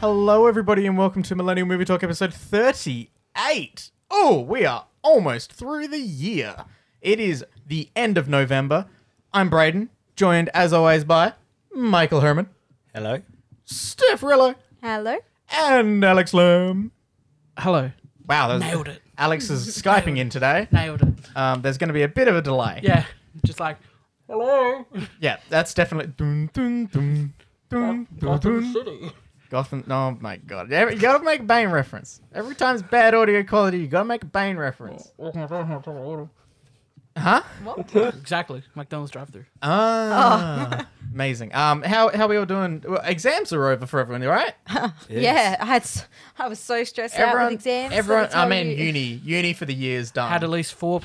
Hello, everybody, and welcome to Millennial Movie Talk episode 38. Oh, we are almost through the year. It is the end of November. I'm Braden, joined as always by Michael Herman, Hello. Steph Rillo, Hello. and Alex Lam. Hello. Wow, that was- Nailed it. Alex is Skyping in today. Nailed it. Um, there's going to be a bit of a delay. Yeah. Just like, hello. Yeah, that's definitely. Dun, dun, dun, dun, dun, dun. City. Gotham. Oh my god. Every- You gotta make a Bane reference. Every time it's bad audio quality, you gotta make a Bane reference. Huh? Exactly. McDonald's drive through. Ah. Oh. Amazing. Um, how how we all doing? Well, exams are over for everyone, right? Yeah, I had. s- I was so stressed out with exams. let everyone. me I tell mean, you. uni, uni for the year's Um, done. Had at least four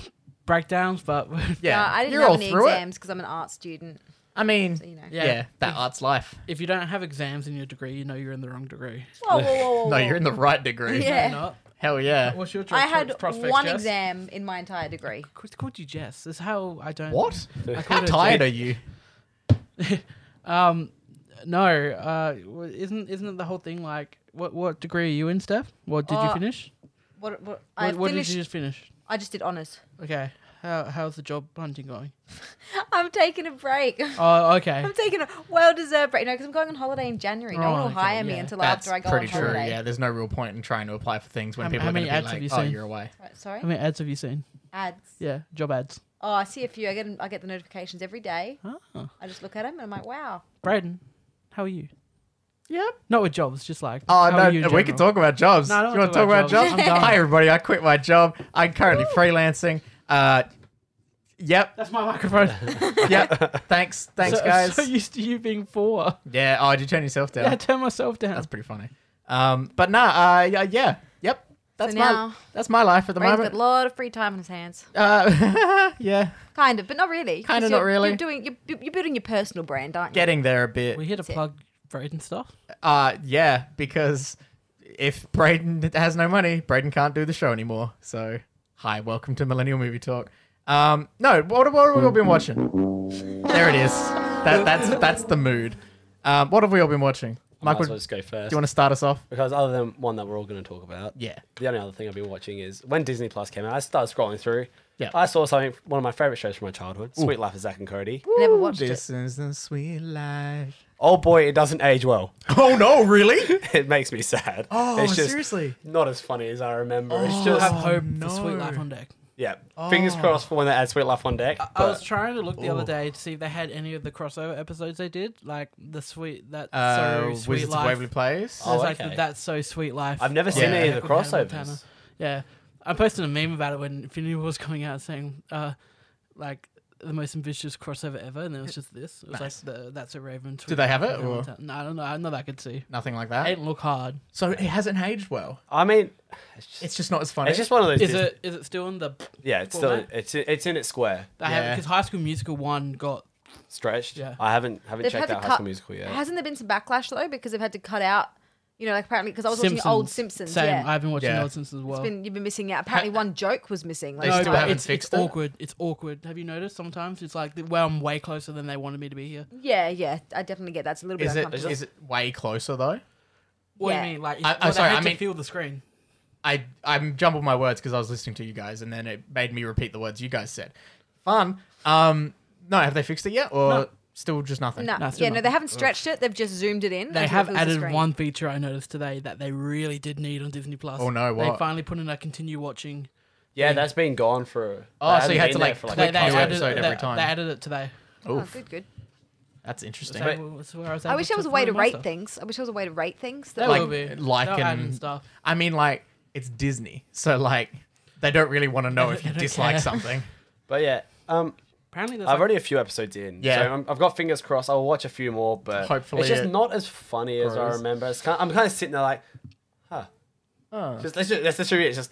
breakdowns, but yeah, No, I didn't you're have all any through exams because I'm an art student. it. I mean, you know. yeah. Yeah. that art's life. if you don't have exams in your degree, you know you're in the wrong degree. Whoa, whoa, whoa, whoa, No, whoa. you're in the right degree. Yeah. No, not. Hell yeah. What's your I choice? had prospects, one Jess? exam in my entire degree. I called- called you Jess. That's how I don't. What? I called How her tired are Jess. you? Um, no. Uh, w- isn't isn't it the whole thing like what what degree are you in, Steph? What did Uh, you finish? What? What? I What, what did finished. you just finish? I just did honors. Okay. How how's the job hunting going? I'm taking a break. Oh, okay. I'm taking a well-deserved break. No, because I'm going on holiday in January. No one Oh, will okay, hire me yeah. until That's after I go pretty on true. holiday. Yeah, there's no real point in trying to apply for things when How- people how are going many to be ads have like, you "Oh, seen?" you're away." Right, sorry. How many ads have you seen? Ads. Yeah, job ads. Oh, I see a few. I get I get the notifications every day. Oh. I just look at them and I'm like, wow. Braden, how are you? Yep. Not with jobs, just like. Oh, how are you no, in we can general? talk about jobs. No, I don't you wanna want to talk about jobs? I'm done. Hi, everybody. I quit my job. I'm currently freelancing. Uh, yep, That's my microphone. yep. thanks, thanks, so, guys. So used to you being four. yeah. Oh, did you turn yourself Yeah, down? I turn myself down. That's pretty funny. Um, but nah. Uh, yeah, yeah. Yep. That's my now- that's my life at the Brain's got moment. a lot of free time on his hands. Uh, yeah, Kind of, but not really. 'cause Kinda you're- not really. You're doing you're, bu- you're building your personal brand, aren't you? getting there a bit. we here to it. plug Braden stuff. Uh, yeah, because if Braden has no money, Braden can't do the show anymore. So, hi, welcome to Millennial Movie Talk. Um, no, what, what have we all been watching? There it is. That, that's that's the mood. Um, what have we all been watching? Might Michael, as well do just go first. you want to start us off? Because other than one that we're all going to talk about, Yeah. the only other thing I've been watching is when Disney Plus came out. I started scrolling through. Yeah. I saw something, one of my favorite shows from my childhood, Sweet Life of Zach and Cody. I never watched it. This is the sweet life. Oh boy, it doesn't age well. Oh no, really? it makes me sad. Oh, it's just seriously? not as funny as I remember. it's Still just have hope Oh, no. for Sweet Life on deck. yeah. Fingers crossed for when they add Sweet Life on deck. Oh. I was but- trying to look the oh. other day to see if they had any of the crossover episodes they did, like the sweet that Uh, so Wizards sweet of life. Waverly Place. Oh, There's like the okay. that's so sweet life. I've never on seen any of deck the with Hannah Montana. crossovers. Yeah, I posted a meme about it when Infinity War was coming out, saying uh, like the most ambitious crossover ever, and it was just this. It was Nice. like the, that's a Raven. Do they have it, or- No, I don't know. I know that I could see. Nothing like It that. didn't look hard. So it hasn't aged well. I mean, it's just, It's just not as funny. it's just one of those. Is Disney- it is it still in the? yeah, it's still format? it's it's in its square. I Yeah. have because High School Musical one got stretched. Yeah. I haven't haven't They've checked had to out High cut- School Musical yet. Hasn't there been some backlash though because they've had to cut out, you know, like apparently because I was watching old Simpsons. Same. Yeah, I've been watching Yeah. old Simpsons as well. it's been you've been missing out. Apparently, one joke was missing. Like, They No, still but haven't it's, fixed it's it? awkward. It's awkward. Have you noticed sometimes it's like, the- well, I'm way closer than they wanted me to be here. yeah, yeah, I definitely get that. It's a little bit is it uncomfortable. is it way closer though? What do Yeah. you mean? Like, I- I, I'm sorry, They I had mean- to feel the screen. I I jumbled my words because I was listening to you guys, and then it made me repeat the words you guys said. Fun. Um, no, have they fixed it yet, or No. still just nothing? no, Nah, still yeah, no, not. they haven't stretched it. They've just zoomed it in. until They it have fills the added screen. one feature I noticed today that they really did need on Disney Plus. Oh, no, They what? finally put in a continue watching. yeah, that's been gone for. Oh, it so you hasn't had been to, there like, for click they, they on the added, episode they, every time. They added it today. Oh, Oof, good, good. that's interesting. So But, that's where I, was I able wish to there was a way to find my rate stuff. things. I wish there was a way to rate things. There That like, will be. like They'll add in an- stuff. I mean, like it's Disney, so like they don't really want to know if you don't dislike care. something. But yeah, um, Apparently, there's I've like, already a few episodes in. Yeah. so I'm, I've got fingers crossed. I'll watch a few more, but Hopefully it's just it not as funny as I grows. remember. It's kind I'm kind of sitting there like, huh. Oh. Just let's just, let's just it. It's just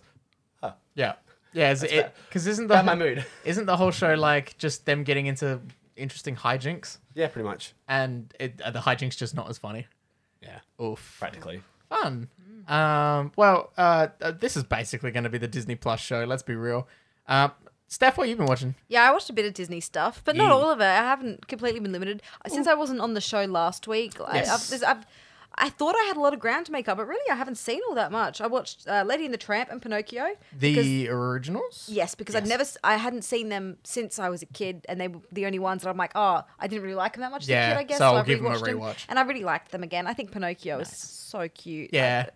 Yeah, yeah, is it because isn't the about my mood. isn't the whole show like just them getting into interesting hijinks, yeah, pretty much. and it, uh, the hijinks just not as funny. Yeah, Oof. practically. fun. Mm. Um, well, uh, uh, this is basically going to be the Disney Plus show. Let's be real. Um, Steph, what you been watching? Yeah, I watched a bit of Disney stuff, but not Yeah. all of it. I haven't completely been limited since I wasn't on the show last week. I, Yes. I've, there's- I've, I thought I had a lot of ground to make up, but really I haven't seen all that much. I watched uh, Lady and the Tramp and Pinocchio. because- The originals? yes, because I'd never, s- I hadn't seen them since I was a kid, and they were the only ones that I'm like, oh, I didn't really like them that much as Yeah, a kid, I guess. so I'll I give 'em a rewatch. and I really liked them again. I think Pinocchio is so cute. Yeah. I-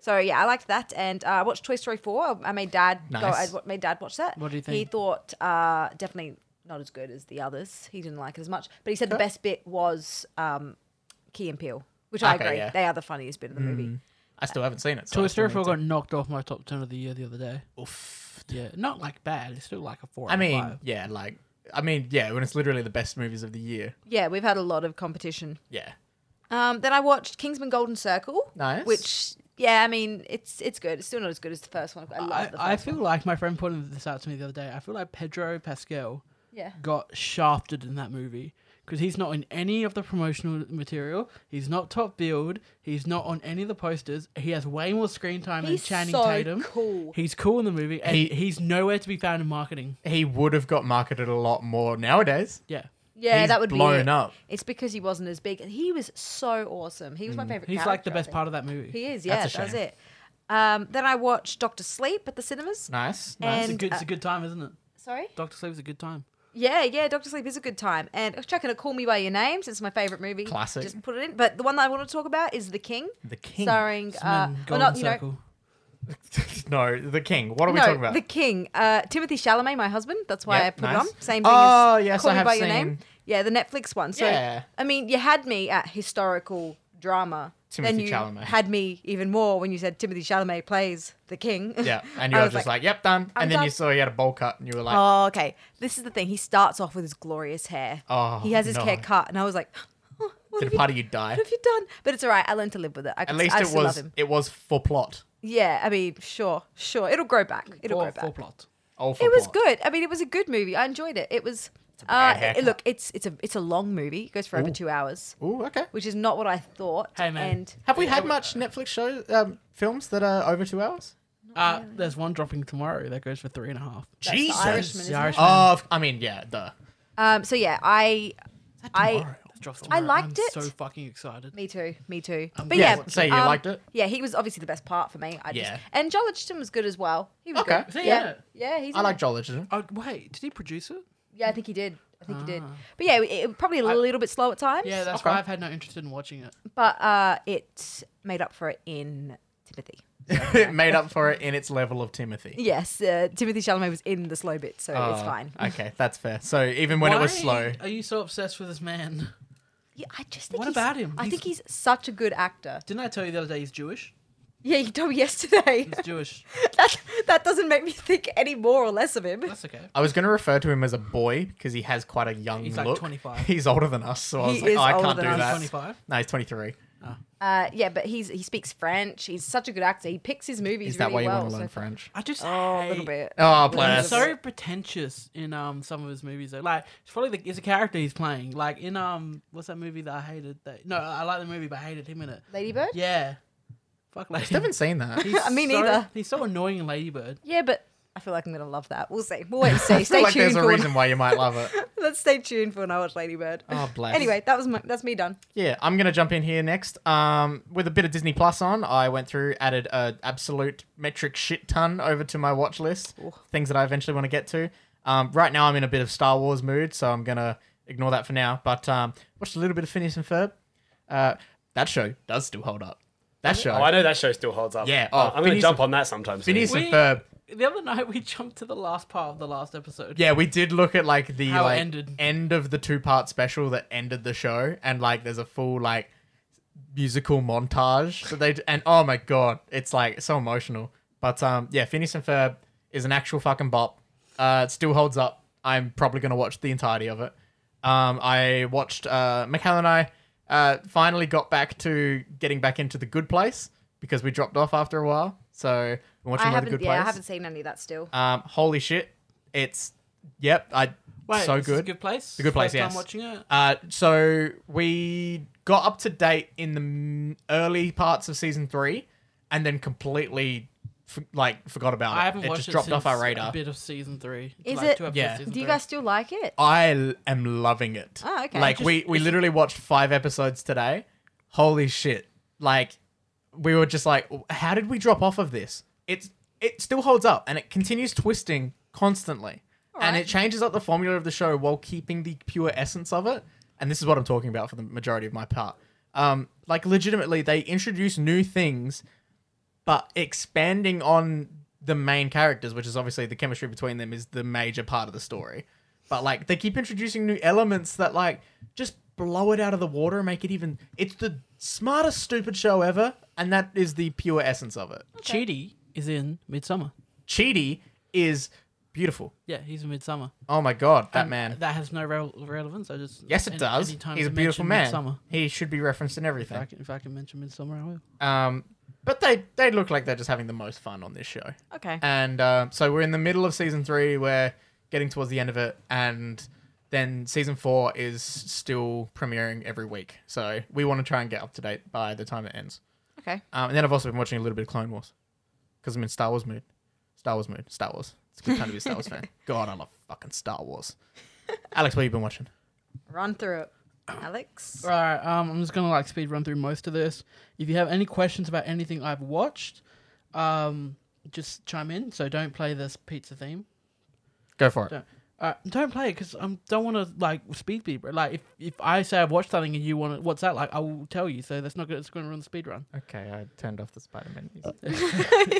so yeah, I liked that, and uh, I watched Toy Story four. I made dad go. I Nice. wa- made dad watch that. What do you He think? thought uh, definitely not as good as the others. He didn't like it as much, but he said the best bit was um, Key and Peele, which I Okay, agree. yeah. Hmm. They are the funniest bit of the movie. I still haven't seen it. So I Toy still Story need 4 to- got knocked off my top 10 of the year the other day. Oof. Yeah, not like bad. It's still like a 4 I out of mean, five. yeah, like, I mean, yeah, when it's literally the best movies of the year. Yeah, we've had a lot of competition. Yeah. Um, then I watched Kingsman: Golden Circle. Nice. Which, yeah, I mean, it's it's good. It's still not as good as the first one. I love I, the first I feel one. like my friend pointed this out to me the other day. I feel like Pedro Pascal Yeah. got shafted in that movie because he's not in any of the promotional material. He's not top billed. He's not on any of the posters. He has way more screen time He's than Channing so Tatum. cool. He's cool in the movie, and He- he's nowhere to be found in marketing. He would have got marketed a lot more nowadays. Yeah. Yeah, He's that would be blown it. up. It's because he wasn't as big. He was so awesome. He was Hmm. my favorite. He's like character, the I best think. part of that movie. He is. Yeah, That's a that's, shame. it. Um, then I watched Doctor Sleep at the cinemas. Nice. And- it's, a good, uh, it's a good time, isn't it? Sorry. Doctor Sleep is a good time. Yeah, yeah. Doctor Sleep is a good time. And I was checking a Call Me by Your Name since it's my favorite movie. Classic. Just put it in. But the one that I want to talk about is The King, The King. starring. It's Uh, in well, Golden not you know. Circle. no, The King. What are we no, talking about? The King. Uh, Timothy Chalamet, my husband. That's why Yep, I put nice. it on. Same thing Oh, as yes, Call I Me have by Your Name. seen- Yeah, the Netflix one. So Yeah. I mean, you had me at historical drama. then Timothy you Chalamet. had me even more when you said Timothy Chalamet plays the king. yeah, and you I were was just like, yep, done. I'm and then you done. saw he had a bowl cut and you were like, Oh, okay. This is the thing. He starts off with his glorious hair. Oh, he has his no. hair cut, and I was like, oh, what, did have a you, part of you die? what have you done? But it's all right. I learned to live with it. I, At can, least I it still was love him. it was for plot. Yeah, I mean, sure, sure. It'll grow back. It'll Four, grow back. four plot. All for It was plot. good. I mean, it was a good movie. I enjoyed it. It was. bad uh, haircut. it- look, it's it's a it's a long movie. It goes for over Ooh. two hours, Ooh, okay. which is not what I thought. Hey, man. And Have we had much Netflix shows, um, films that are over two hours? Uh, there's one dropping tomorrow that goes for three and a half. that's the Irishman, The isn't it? Irishman. Oh, f- I mean, yeah, duh. Um, so yeah, I, I, That drops I tomorrow. liked I'm it. so fucking excited. me too, me too. I'm but gonna yeah, um, watch it. So you liked it? Yeah, he was obviously the best part for me. I just, Yeah. and Joel Edgerton was good as well. He was Okay. good. Is he in yeah, it? yeah, he's. I in like it. Joel Edgerton. Oh wait, did he produce it? Yeah, I think he did. I think he did. Ah. But yeah, it, it- probably a little bit slow at times. Yeah, that's Okay. why I've had no interest in watching it. but uh, it made up for it in Timothy. it made up for it in its level of Timothy. Yes, uh, Timothy Chalamet was in the slow bit, so it's Oh, fine. Okay, that's fair. So even when it was slow, Why Are you so obsessed with this man? Yeah, I just think What he's- about him? I He's- think he's such a good actor. Didn't I tell you the other day he's Jewish? Yeah, you told me yesterday. He's Jewish. that that doesn't make me think any more or less of him. That's okay. I was going to refer to him as a boy because he has quite a young He's like look. 25. He's older than us, so I He was like, is oh, I older can't do than us. that. He's 25. No, he's 23. Uh, yeah, but he's he speaks French. He's such a good actor. He picks his movies is that why really you well. want to learn so- French? I just Oh, a hate- little bit. Oh, He's bless. so pretentious in um some of his movies though. Like it's probably the, it's a character he's playing. Like in um what's that movie that I hated? That no, I like the movie but I hated him in it. Ladybird. Yeah. Yeah, fuck Lady. I haven't seen that. He's Me so- neither. He's so annoying in Ladybird. but I feel like I'm gonna love that. We'll see. We'll wait and I see. feel Stay like tuned. there's For a when- reason why you might love it. Let's stay tuned for when I watch Ladybird. Oh, bless. Anyway, that was my, that's me done. Yeah, I'm gonna jump in here next. Um, with a bit of Disney Plus on, I went through, added a absolute metric shit ton over to my watch list. Things that I eventually want to get to. Um, right now I'm in a bit of Star Wars mood, so I'm gonna ignore that for now. But um, watched a little bit of Phineas and Ferb. Uh, that show does still hold up. That show, Oh, I know that show still holds up. Yeah, Oh, oh, I'm going to Phineas jump and- on that sometime soon. Phineas and We- Ferb. The other night we jumped to the last part of the last episode. Yeah, we did look at like the How it like ended. end of the two part special that ended the show, and like there's a full like musical montage that they and oh my god, it's like so emotional. But um, yeah, Phineas and Ferb is an actual fucking bop. Uh, it still holds up. I'm probably gonna watch the entirety of it. Um, I watched uh, Mikhail and I uh, finally got back to getting back into the Good Place because we dropped off after a while. So we're watching I a lot of haven't. Good yeah, Place. I haven't seen any of that still. Um, holy shit, it's yep. I Wait, so this is good. Good place. The Good Place, First time yes. watching it. Uh, so we got up to date in the m- early parts of season three, and then completely f- like forgot about it. I haven't it watched just dropped it off since our radar. A bit of season three. Is like it- Two episodes Yeah. Season Do you three. guys still like it? I l- am loving it. Oh, okay. Like Just- we we literally watched five episodes today. Holy shit, like we were just like, how did we drop off of this? It's it still holds up and it continues twisting constantly. And Alright. it changes up the formula of the show while keeping the pure essence of it. And this is what I'm talking about for the majority of my part. Um, like legitimately, they introduce new things, but expanding on the main characters, which is obviously the chemistry between them is the major part of the story. But like they keep introducing new elements that like just blow it out of the water and make it even it's the smartest stupid show ever, and that is the pure essence of it. Chidi is in Midsummer. Cheaty is beautiful. Yeah, he's in Midsummer. Oh my god, that And man. That has no rel- relevance. I just Yes, it any- does. anytime He's a they beautiful mention man. Midsommar, He should be referenced in if, I everything. can, if I can mention Midsummer, I will. Um, but they they look like they're just having the most fun on this show. Okay. And uh, so we're in the middle of season three. We're getting towards the end of it, and then season four is still premiering every week. So we want to try and get up to date by the time it ends. Okay. Um, and then I've also been watching a little bit of Clone Wars because I'm in Star Wars mood. Star Wars mood. Star Wars. It's a good time to be a Star Wars fan. God, I love fucking Star Wars. Alex, what have you been watching? Run through it, Alex. Right, um, I'm just gonna like speed run through most of this. If you have any questions about anything I've watched, um, just chime in. So don't play this pizza theme. Go for it. Don't uh, don't play it because I don't want to like speed be like if, if I say I've watched something and you want to what's that like I will tell you. So that's not good. It's going to run the speed run. Okay, I turned off the Spider Man music.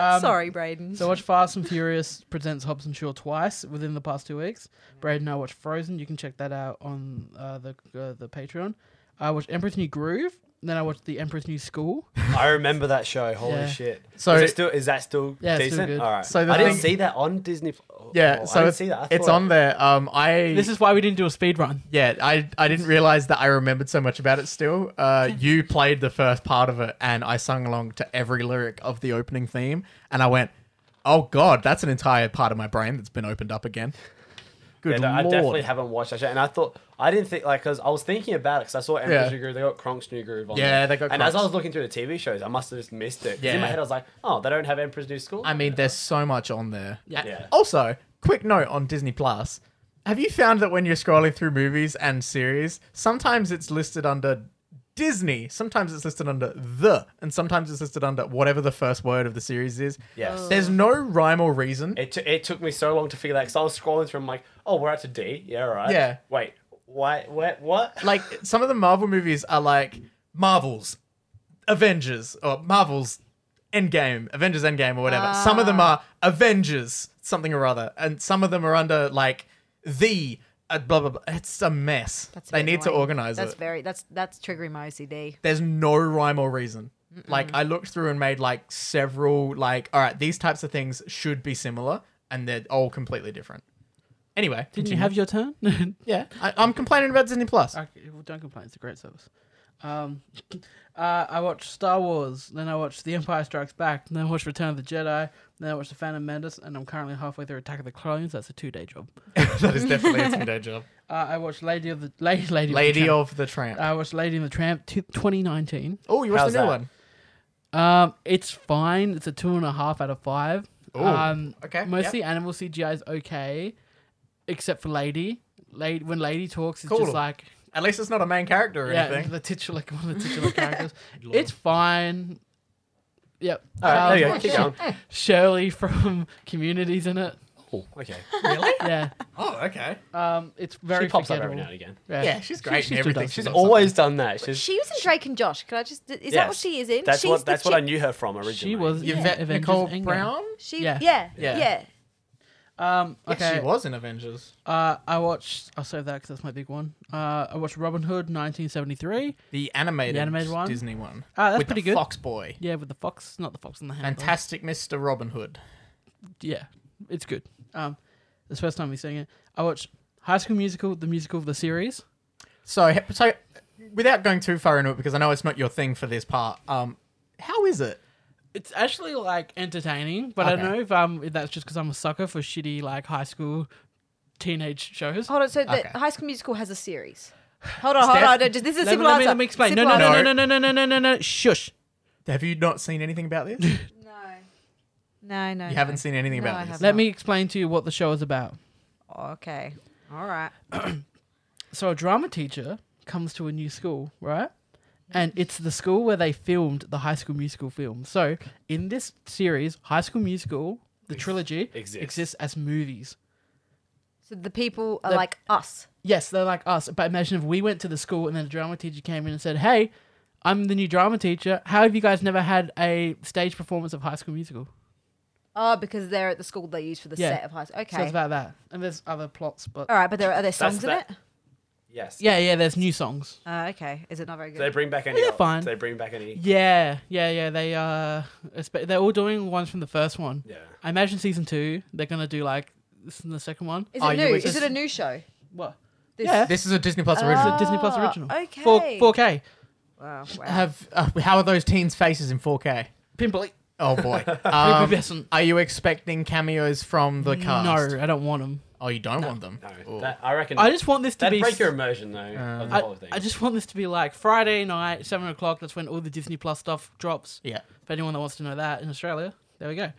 Um, Sorry, Braden. So I watched Fast and Furious presents Hobbs and Shaw twice within the past two weeks. Braden, I watched Frozen. You can check that out on uh, the uh, the Patreon. I watched Emperor's New Groove. Then I watched The Emperor's New School. I remember that show. Holy Yeah. shit! So- So is, it still, is that still Yeah, it's still decent? good. All right. So the I didn't thing- see that on Disney. Oh, Yeah, I so didn't it's, see that. I it's thought- on there. Um, I This is why we didn't do a speed run. Yeah, I, I didn't realize that I remembered so much about it still. Uh, you played the first part of it, and I sung along to every lyric of the opening theme, and I went, "Oh God, that's an entire part of my brain that's been opened up again." Yeah, Good no, I lord! definitely haven't watched that show, and I thought I didn't think like because I was thinking about it because I saw Emperor's Yeah. New Groove. They got Kronk's New Groove on. Yeah, there. they got And as I Kronk's. was looking through the TV shows, I must have just missed it. 'Cause In Yeah. my head, I was like, oh, they don't have Emperor's New School. I mean, there's so much on there. Yeah. A- Yeah. Also, quick note on Disney Plus: Have you found that when you're scrolling through movies and series, sometimes it's listed under Disney, sometimes it's listed under the, and sometimes it's listed under whatever the first word of the series is? Yes. There's no rhyme or reason. It, t- it took me so long to figure that because I was scrolling through. I'm like, oh, we're at to D. Yeah, all right. Yeah. Wait, why? What? What? like some of the Marvel movies are like Marvels, Avengers, or Marvels Endgame, Avengers Endgame, or whatever. Some of Ah. them are Avengers something or other, and some of them are under like the uh, blah blah blah. It's a mess. That's a they bit need to annoying. organize That's it. very. That's that's triggering my OCD. There's no rhyme or reason. Like I looked through and made like several like all right, these types of things should be similar, and they're all completely different. Anyway, Didn't continue. you have your turn? yeah? I, I'm complaining about Disney Plus. Okay, well, don't complain. It's a great service. Um, uh, I watched Star Wars, then I watched The Empire Strikes Back, then I watched Return of the Jedi, then I watched The Phantom Menace, and I'm currently halfway through Attack of the Clones. That's a two-day job. that is definitely a two-day job. Uh, I watched Lady of the Lady Lady, Lady of. of the Tramp. the Tramp. I watched Uh, Lady of the Tramp t- 2019. Oh, you watched How's the new that? one. Um, it's fine. It's a two and a half out of five. Ooh, um, okay, Mostly animal CGI is okay, except for Lady. Lady when Lady talks, it's Cool. just like At least it's not a main character or yeah, anything. the titular one of the titular characters. it's fine. Yep. All right, there you Um, go. Keep going. Shirley from Communities in it. Oh, okay. Really? Yeah. Oh, okay. Um, it's very She pops up forgettable. every now and again. Yeah, she's great she in still everything. does She's She's Love always done that. She's, She was in Drake and Josh. Can I just? Is that what yes. she is in? That's She's what. the That's what I chick- knew her from originally. She was Yvette in Avengers Nicole Endgame. Brown? She. Yeah. Yeah. Yeah. Yeah. Um, Yes, okay. she was in Avengers. Uh, I watched. I'll save that because that's my big one. Uh, I watched Robin Hood 1973. The animated, The animated one? Disney one. Ah, that's with pretty the good. Fox Boy. Yeah, with the fox, not the fox on the hand. Fantastic Mr. Robin Hood. Yeah, it's good. Um, this first time we're seeing it. I watched High School Musical, the musical of the series. So, so without going too far into it, because I know it's not your thing for this part. Um, how is it? It's actually like entertaining, but Okay. I don't know if um if that's just because I'm a sucker for shitty like high school teenage shows. Hold on. So the Okay. High School Musical has a series. Hold on. Hold Steph- on. no, Just, this is a Let me, simple let me, answer. let me explain. No, Simple no, answer. no, answer. no, no, no, no, no, no, no. Shush. Have you not seen anything about this? You No, no. haven't seen anything No, I about this. haven't. Let me explain to you what the show is about. Okay. All right. So a drama teacher comes to a new school, right? and it's the school where they filmed the High School Musical film. So in this series, High School Musical, the trilogy, exists. exists as movies. So the people are The- like us. Yes, they're like us. But imagine if we went to the school and then a drama teacher came in and said, "Hey, I'm the new drama teacher. How have you guys never had a stage performance of High School Musical?" Oh, because they're at the school they use for the Yeah. set of high school. So Okay. it's about that. And there's other plots, but All right, but there are there songs in that- it? Yes. yeah, yeah, there's new songs. Uh, okay. Is it not very Do they good? bring back any? Yeah, old- fine. Do they bring back any? Yeah, yeah, yeah. They uh, espe- they're all doing ones from the first one. Yeah. I imagine season two, they're gonna do like this in the second one. Oh, Is Are it you new? with Is us? it a new show? What? This- Yeah, This is a Disney Plus it's original. a Disney Plus Ah, original. okay. Four four K. Wow. wow. Have uh, how are those teens' faces in 4K? Pimply. Oh boy. Um, Prepubescent. are you expecting cameos from the cast? No, I don't want them. Oh, you don't want them. No. Ooh. That, I reckon. I just want this to that'd be. break your s- immersion though. of the whole I, thing. I just want this to be like Friday night, seven o'clock. That's when all the Disney Plus stuff drops. yeah. For anyone that wants to know that in Australia, there we go.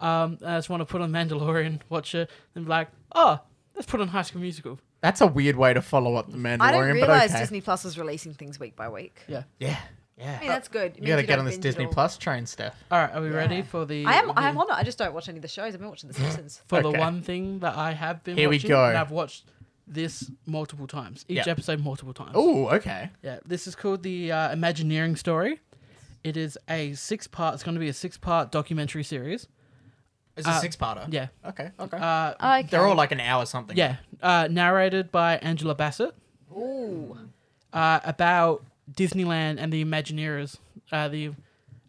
Um, I just want to put on Mandalorian, watch it, and be like, oh, let's put on High School Musical. That's a weird way to follow up the Mandalorian, I don't but realize okay. Disney Plus was releasing things week by week. Yeah. Yeah. Yeah. I mean, that's good. Uh, you It means gotta don't get on this binge it Disney all. Plus train, Steph. All right, are we Yeah. ready for the? I am. the- I am on it. I just don't watch any of the shows. I've been watching The Simpsons. for Okay. the one thing that I have been Here we watching, go. and I've watched this multiple times, each Yeah. episode multiple times. Oh, okay. Yeah, this is called the uh, Imagineering Story. It is a six-part. It's going to be a six-part documentary series. It's a Uh, six-parter. Yeah, Okay. Okay. uh, Okay. They're all like an hour something. yeah, uh, narrated by Angela Bassett Ooh. uh, about Disneyland and the Imagineers, uh, the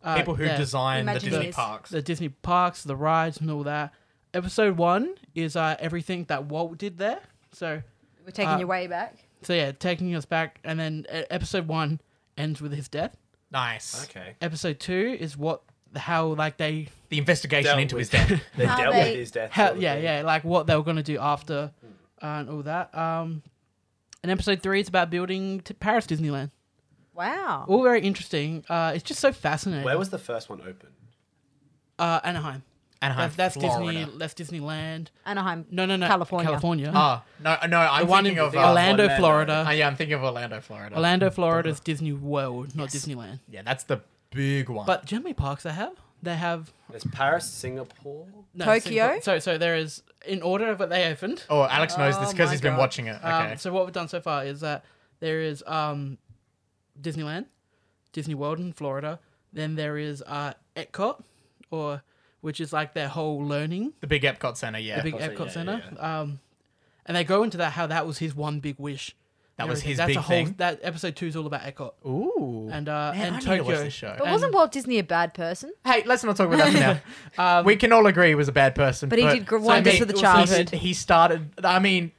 uh, People who yeah, design the Imagine Disney this. parks. the Disney parks, the rides, and all that. Episode one is uh, everything that Walt did there. So We're taking Uh, you way back. So yeah, taking us back, and then uh, episode one ends with his death. nice. okay. Episode two is what, how like they, The investigation Dealt into with- his death. They How dealt they- with his death. how, sort of yeah, thing. yeah, like what they were gonna do after, uh, and all that. Um, and episode three is about building t- Paris Disneyland. Wow. All very interesting. Uh, it's just so fascinating. Where was the first one opened? uh, Anaheim? Anaheim, That- that's Florida. Disney. That's Disneyland. Anaheim. No, no, no. California. California. Oh, no, no, I'm the one in thinking of... uh, Orlando, Orlando. Florida. Oh, yeah, I'm thinking of Orlando, Florida. Orlando, Florida's Disney World, not Disneyland. Yeah, that's the big one. But do you know how many parks they have? They have There's Paris, Singapore. no, Tokyo? Singapore. So, so there is in order of what they opened. oh, Alex knows this Oh because my he's been God. watching it. Okay. Um, so what we've done so far is that there is um, Disneyland, Disney World in Florida. Then there is uh, Epcot, or which is like their whole learning, the big Epcot Center, yeah. the big Epcot, Epcot yeah, Center. yeah, Um, and they go into that how that was his one big wish. That was Everything. his That's big a whole, thing? That episode two is all about Epcot Ooh. and uh, Man, and I need to Tokyo. watch this show. But wasn't And- Walt Disney a bad person? Hey, let's not talk about that for now. Um, we can all agree he was a bad person, But he did gr- wonders mean, with the he- childhood. He started. I mean,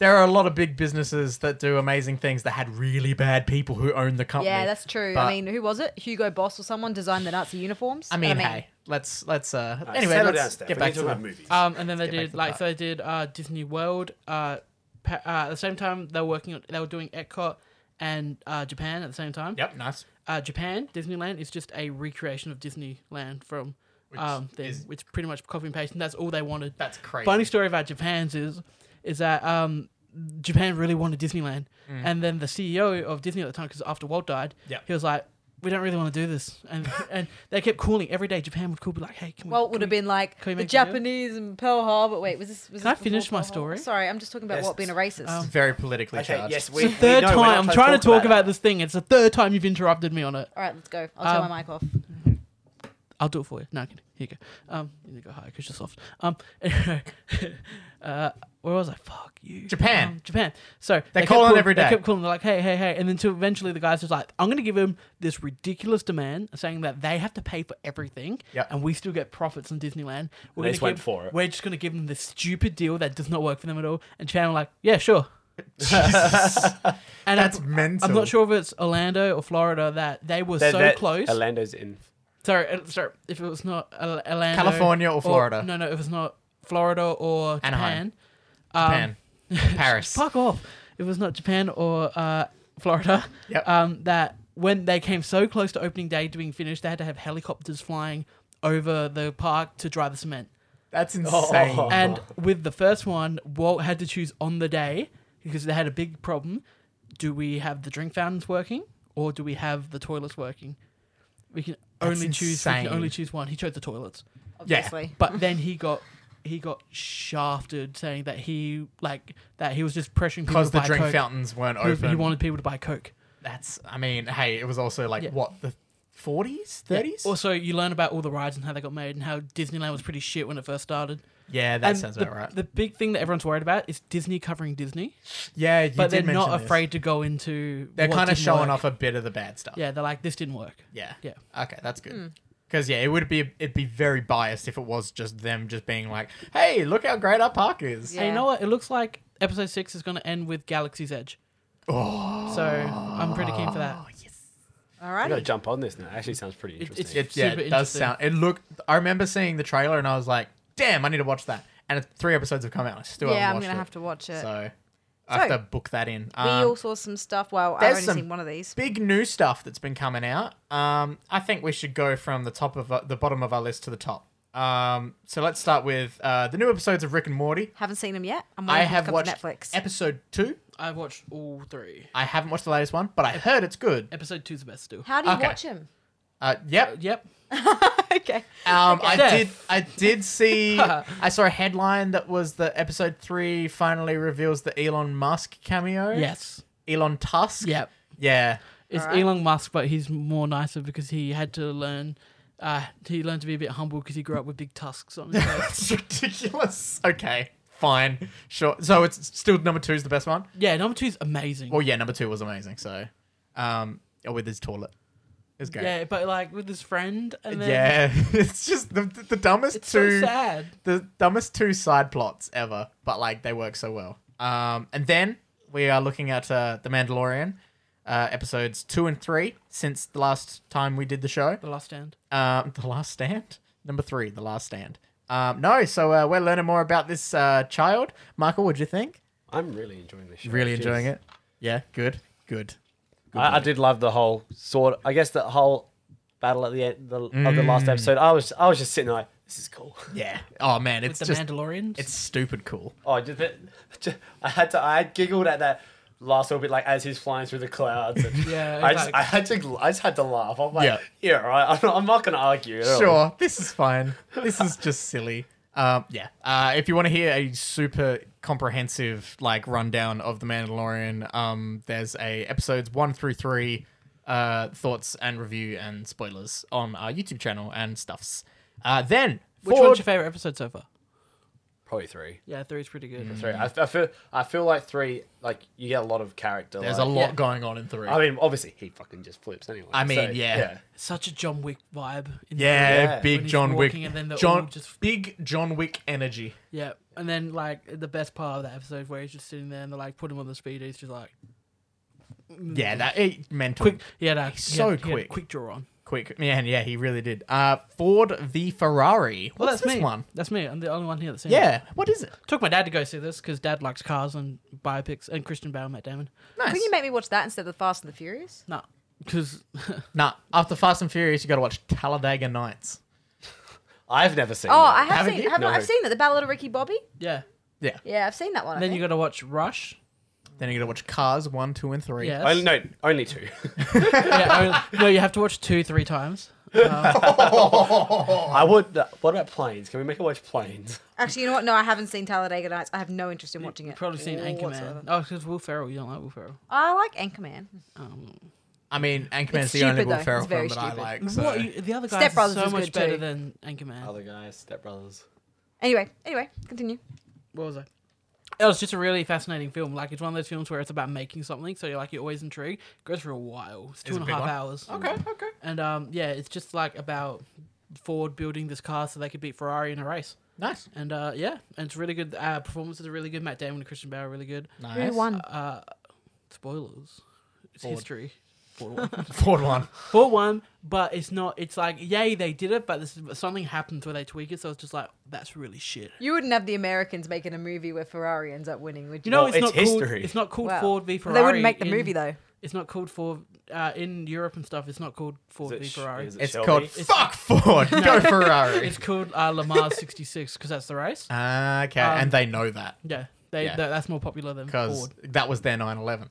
there are a lot of big businesses that do amazing things that had really bad people who own the company. Yeah, that's true. But- I mean, who was it? Hugo Boss or someone designed the Nazi uniforms? I And mean, hey, let's let's uh. anyway, settle down, let's Steph. get we back need to to talk about the- movies. Um, and then they Let's get back did to the like park. so they did uh, Disney World. Uh, pa- uh, at the same time they were working, on, they were doing Epcot and uh, Japan at the same time. Yep, nice. uh, Japan Disneyland is just a recreation of Disneyland from um, thing, is- which pretty much copy and paste, and that's all they wanted. That's crazy. Funny story about Japan's is is that um, Japan really wanted Disneyland, and then the CEO of Disney at the time, because after Walt died, Yeah. he was like, "We don't really want to do this," and and they kept calling every day. Japan would call, be like, "Hey, can we?" Walt can would have we- been like can we the make the deal?" Japanese and Pearl Harbor. Wait, was this? Was Can I this before finish my Pearl Harbor? story? Sorry, I'm just talking about Yes. Walt being a racist. It's very politically okay. charged. Yes. It's We, the third we know, we're not time I'm trying to talk about it. this thing. It's the third time you've interrupted me on it. All right, let's go. I'll turn Um, my mic off. I'll do it for you. No, kidding. Here you go. Um, you need to go higher because you're soft. Um, anyway, uh, where was I? Fuck you. Japan. Um, Japan. So They kept call on calling- every day. They kept calling. They're like, hey, hey, hey, and then to eventually the guys was like, I'm gonna give him this ridiculous demand, saying that they have to pay for everything, Yep. and we still get profits in Disneyland. We're they gonna just went give- for it. We're just gonna give them this stupid deal that does not work for them at all. And Japan were like, yeah, sure. And That's I'm, mental. I'm not sure if it's Orlando or Florida that they were They're- so they're- close. Orlando's in. Sorry, uh, sorry. If it was not Al- Orlando, California or Florida? no, no. If it's not Florida or Anaheim. Japan, Um, Japan, Paris. fuck off. If it was not Japan or uh, Florida, Yep. um, that when they came so close to opening day to being finished, they had to have helicopters flying over the park to dry the cement. That's insane. Oh. And with the first one, Walt had to choose on the day because they had a big problem. Do we have the drink fountains working or do we have the toilets working? We can only choose. We can insane. only choose one. He chose the toilets, Obviously. but then he got he got shafted, saying that he like that he was just pressuring people because to the buy drink Coke. fountains weren't He- open. He wanted people to buy Coke. That's. I mean, hey, it was also like Yeah. what the 40s, Yeah. 30s. Yeah, Also, you learn about all the rides and how they got made and how Disneyland was pretty shit when it first started. that And sounds the, about right. The big thing that everyone's worried about is Disney covering Disney, yeah, you but did they're not mention this. afraid to go into. They're what kind of didn't showing work. off a bit of the bad stuff. Yeah, they're like, this didn't work. Yeah. Yeah. Hmm. Okay, that's good. Because yeah, it would be it'd be very biased if it was just them just being like, "Hey, look how great our park is." And you Yeah. know what? It looks like episode six is going to end with Galaxy's Edge. Oh, So I'm pretty keen for that. All I gotta right. jump on this now. It actually sounds pretty It- it's- interesting. it, yeah, Super it does interesting. sound. It looked. I remember seeing the trailer and I was like, "Damn, I need to watch that." And it's, three episodes have come out. And I still Yeah, I'm haven't watched gonna it. have to watch it. So I have So- to book that in. we Um, all saw some stuff. Well, I've there's only some- seen one of these. big new stuff that's been coming out. Um, I think we should go from the top of uh, the bottom of our list to the top. Um, so let's start with uh, the new episodes of Rick and Morty. Haven't seen them yet. I'm I waiting have for it watched to come to Netflix. episode two. I've watched all three. I haven't watched the latest one, but I heard it's good. Episode two's the best still. How do you Okay. watch them? Uh, yep. Yep. okay. Um, I Death. did. I did see. I saw a headline that was that episode three finally reveals the Elon Musk cameo. Yes. Elon Tusk. Yep. Yeah. It's Alright. Elon Musk, but he's more nicer because he had to learn. Uh, he learned to be a bit humble because he grew up with big tusks on his face. That's ridiculous. Okay. Fine. Sure. So it's still number two is the best one. yeah, number two's amazing. Well, yeah, number two was amazing. So, um, oh, with his toilet, it's great. Yeah, but like with his friend, and then Yeah, it's just the, the dumbest it's two so sad. the dumbest two side plots ever, but like they work so well. Um, and then we are looking at uh, the Mandalorian uh, episodes two and three since the last time we did the show. The Last Stand. Um, the Last Stand number three, The Last Stand. Um, no, so uh, we're learning more about this uh, child. Michael, what'd you think? I'm really enjoying this show. Really Jeez. enjoying it. Yeah, good, good. I, I did love the whole sort. I guess the whole battle at the end the, of the last episode. I was I was just sitting there like, this is cool. Yeah. Oh man, it's the just Mandalorians. it's stupid cool. Oh, just, that- just- I had to. I had giggled at that last little bit, like as he's flying through the clouds. And Yeah, I just like- I had to. I just had to laugh. I'm like, Yeah. yeah, all right. I'm not, I'm not gonna argue. at Oh. all. Sure, this is fine. This is just silly. Um, yeah. Uh, if you want to hear a super comprehensive like rundown of the Mandalorian, um, there's a episodes one through three uh, thoughts and review and spoilers on our YouTube channel and stuffs. Uh, then Which forward- one's your favorite episode so far? Probably three. Yeah, three's pretty good. Mm. Three. I, I feel. I feel like three. Like you get a lot of character. there's a like- lot yeah. going on in three. I mean, obviously he fucking just flips anyway. I mean, so, yeah. Such a John Wick vibe. In yeah, Yeah. big When he's John Wick, walking and then they're all John, just- big John Wick energy. Yeah, and then like the best part of that episode where he's just sitting there and they like put him on the speed. He's just like Yeah, that it, mental. Mm. quick. Yeah, no, He's he so had- he had a quick. quick draw on. quick man yeah he really did uh ford v ferrari Well, what's that's this me. one That's me. I'm the only one here that's seen it. yeah what is it Took my dad to go see this because dad likes cars and biopics and Christian Bale, Matt Damon. nice Wouldn't you make me watch that instead of Fast and the Furious? Nah, because nah after fast and furious you gotta watch talladega nights I've never seen. Oh, that. I have Haven't seen. you? Have, No. not I've seen that. The Ballad of Ricky Bobby. yeah. yeah Yeah, I've seen that one. I And then you think. got to watch Rush. then you gotta watch cars one two and three Yeah. Only, no, only two. yeah only- no, you have to watch two, three times. I would. uh, What about planes? Can we make her watch planes? Actually, you know what? No, I haven't seen Talladega Nights. I have no interest in watching You've it. probably seen Anchorman. whatsoever. Oh, because Will Ferrell. You don't like Will Ferrell. I like Anchorman. Um, i mean anchorman's It's the only stupid, Will though. Ferrell It's film very that i stupid. like so. what, you- the other guys Step are Brothers so is much good better too. than Anchorman. Other guys, Step Brothers. Anyway, anyway, continue. what was I? It was just a really fascinating film. Like it's one of those films where it's about making something, so you're like you're always intrigued. It goes for a while. It's two Is it and a a big half one? hours. okay okay And um, yeah, it's just like about Ford building this car so they could beat Ferrari in a race. nice And uh, yeah, and it's really good. Uh, performances are really good. Matt Damon and Christian Bale are really good. nice Who won? Uh, spoilers. It's Ford. history. Ford won. ford one Ford won, but it's not. It's like yay, they did it, but this is, something happens where they tweak it. So it's just like that's really shit. You wouldn't have the Americans making a movie where Ferrari ends up winning, would you? You know, Well, it's, it's not history. called. It's not called Wow. Ford v Well, Ferrari. they wouldn't make the in- movie though. It's not called Ford uh, in Europe and stuff. It's not called Ford v Ferrari. it's called fuck ford go No. ferrari It's called uh, Le Mans '66 because that's the race. Ah, okay Um, and they know that Yeah, they Yeah. That, that's more popular than because Ford. that was their 9-11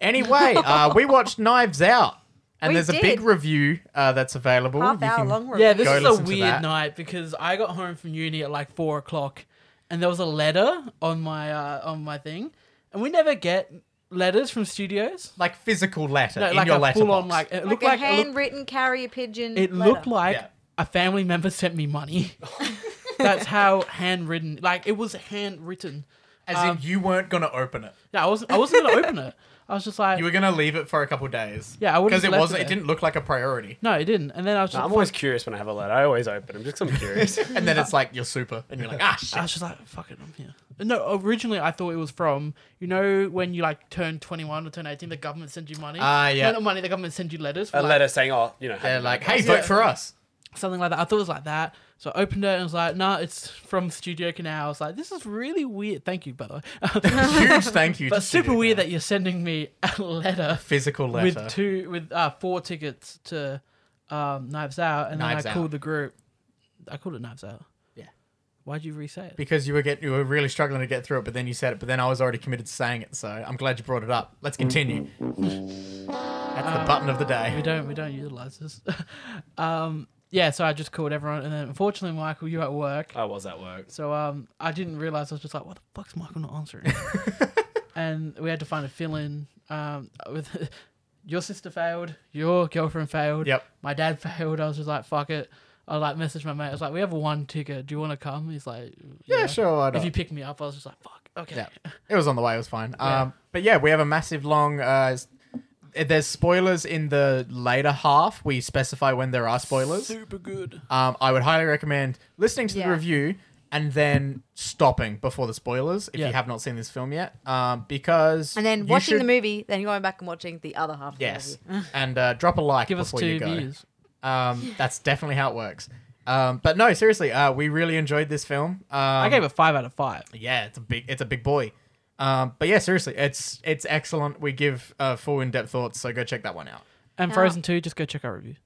Anyway, uh, we watched Knives Out, and We there's a did. big review uh, that's available. Half You hour can- long Yeah, review. this Go is a listen to that. weird night because I got home from uni at like four o'clock, and there was a letter on my uh, on my thing, and we never get letters from studios. like physical letter No, in like your a letterbox. full on like it like looked a like it looked- handwritten carrier pigeon. it letter. looked like Yeah. a family member sent me money. That's how handwritten. Like it was handwritten. as um, in you weren't gonna open it. Yeah, I wasn't. I wasn't gonna open it. I was just like, You were gonna leave it for a couple days. Yeah, I because would've it left it wasn't. It, there. didn't look like a priority. no, it didn't. And then I was just, I'm fuck- always curious when I have a letter. I always open them just 'cause I'm curious. And then it's like you're super, and you're like, ah, shit. I was just like, fuck it, I'm here. No, originally I thought it was from you know when you like turn 21 or turn 18, the government sends you money. Ah, yeah. No, not money. The government sends you letters. For, a like, letter saying, "Oh, you know." They're happy like, birthday. hey, vote for us. something like that. I thought it was like that. So I opened it and I was like, nah, it's from Studio Canal. I was like, this is really weird. Thank you, by the way. Huge thank you. but to super Studio weird Canal. that you're sending me a letter physical letter. with two with uh, four tickets to um, Knives Out, and Knives then I called Out. the group. I called it Knives Out. Yeah. Why'd you re-say it? because you were get you were really struggling to get through it, but then you said it, but then I was already committed to saying it, so I'm glad you brought it up. Let's continue. That's the button of the we day. don't we don't utilize this. um, yeah, so I just called everyone, and then unfortunately, Michael, you were at work, I was at work. so um, I didn't realize. I was just like, what the fuck's Michael not answering? and we had to find a fill-in. Um, with your sister failed, your girlfriend failed. Yep. My dad failed. I was just like, fuck it. I like messaged my mate. I was like, we have one ticket. Do you want to come? He's like, Yeah, sure, why If you not? pick me up, I was just like, fuck. Okay. Yeah, it was on the way. It was fine. Um, but yeah, we have a massive long. Uh, s- there's spoilers in the later half. We specify when there are spoilers. Super good. Um, I would highly recommend listening to Yeah. the review and then stopping before the spoilers if Yeah. you have not seen this film yet. Um, because And then you watching should- the movie, then going back and watching the other half. Of Yes, The movie. and uh, drop a like Give us before two you go. views. Um, that's definitely how it works. Um, but no, seriously, uh, we really enjoyed this film. Um, I gave it five out of five. yeah, it's a big, it's a big boy. Um, but yeah, seriously, it's it's excellent. We give uh, full in depth thoughts, so go check that one out. And Yeah. Frozen Two, just go check our review.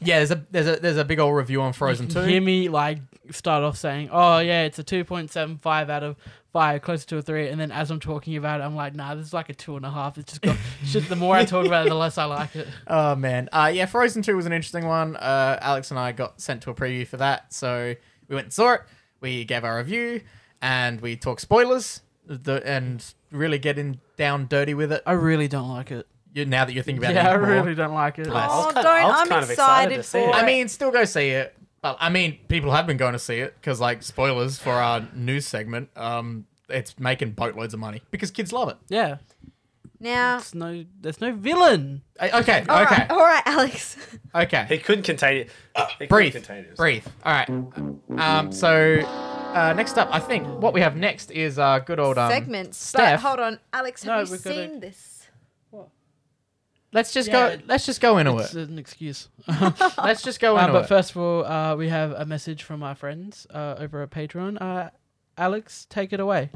Yeah, there's a there's a there's a big old review on Frozen Two. Hear me like start off saying, "Oh yeah, it's a two point seven five out of five, closer to a three. And then as I'm talking about it, I'm like, "Nah, this is like a two and a half. It's just got shit. The more I talk about it, the less I like it." Oh man, uh, yeah, Frozen Two was an interesting one. Uh, Alex and I got sent to a preview for that, so we went and saw it. We gave our review, and we talked spoilers, the, and really getting down dirty with it. I really don't like it. You, now that you're thinking about yeah, I it, more. really don't like it. Bless. Oh, was kind- don't! I was I'm kind of excited, excited to see for it. it. I mean, still go see it. But I mean, people have been going to see it because, like, spoilers for our news segment. Um, it's making boatloads of money because kids love it. Yeah, now, it's no, there's no villain. I- okay, all right, okay, all right, Alex. okay. He couldn't contain it. Uh, He couldn't Breathe, contain it. breathe. All right. Um, so uh, next up, I think what we have next is uh, good old um, Segments. Steph, But hold on, Alex. No, Have you we've gotta- seen this? let's just Yeah. go. Let's just go into It's it. an excuse. Let's just go Um, into Uh, but it. first of all, uh, we have a message from our friends uh, over at Patreon. Uh, Alex, take it away.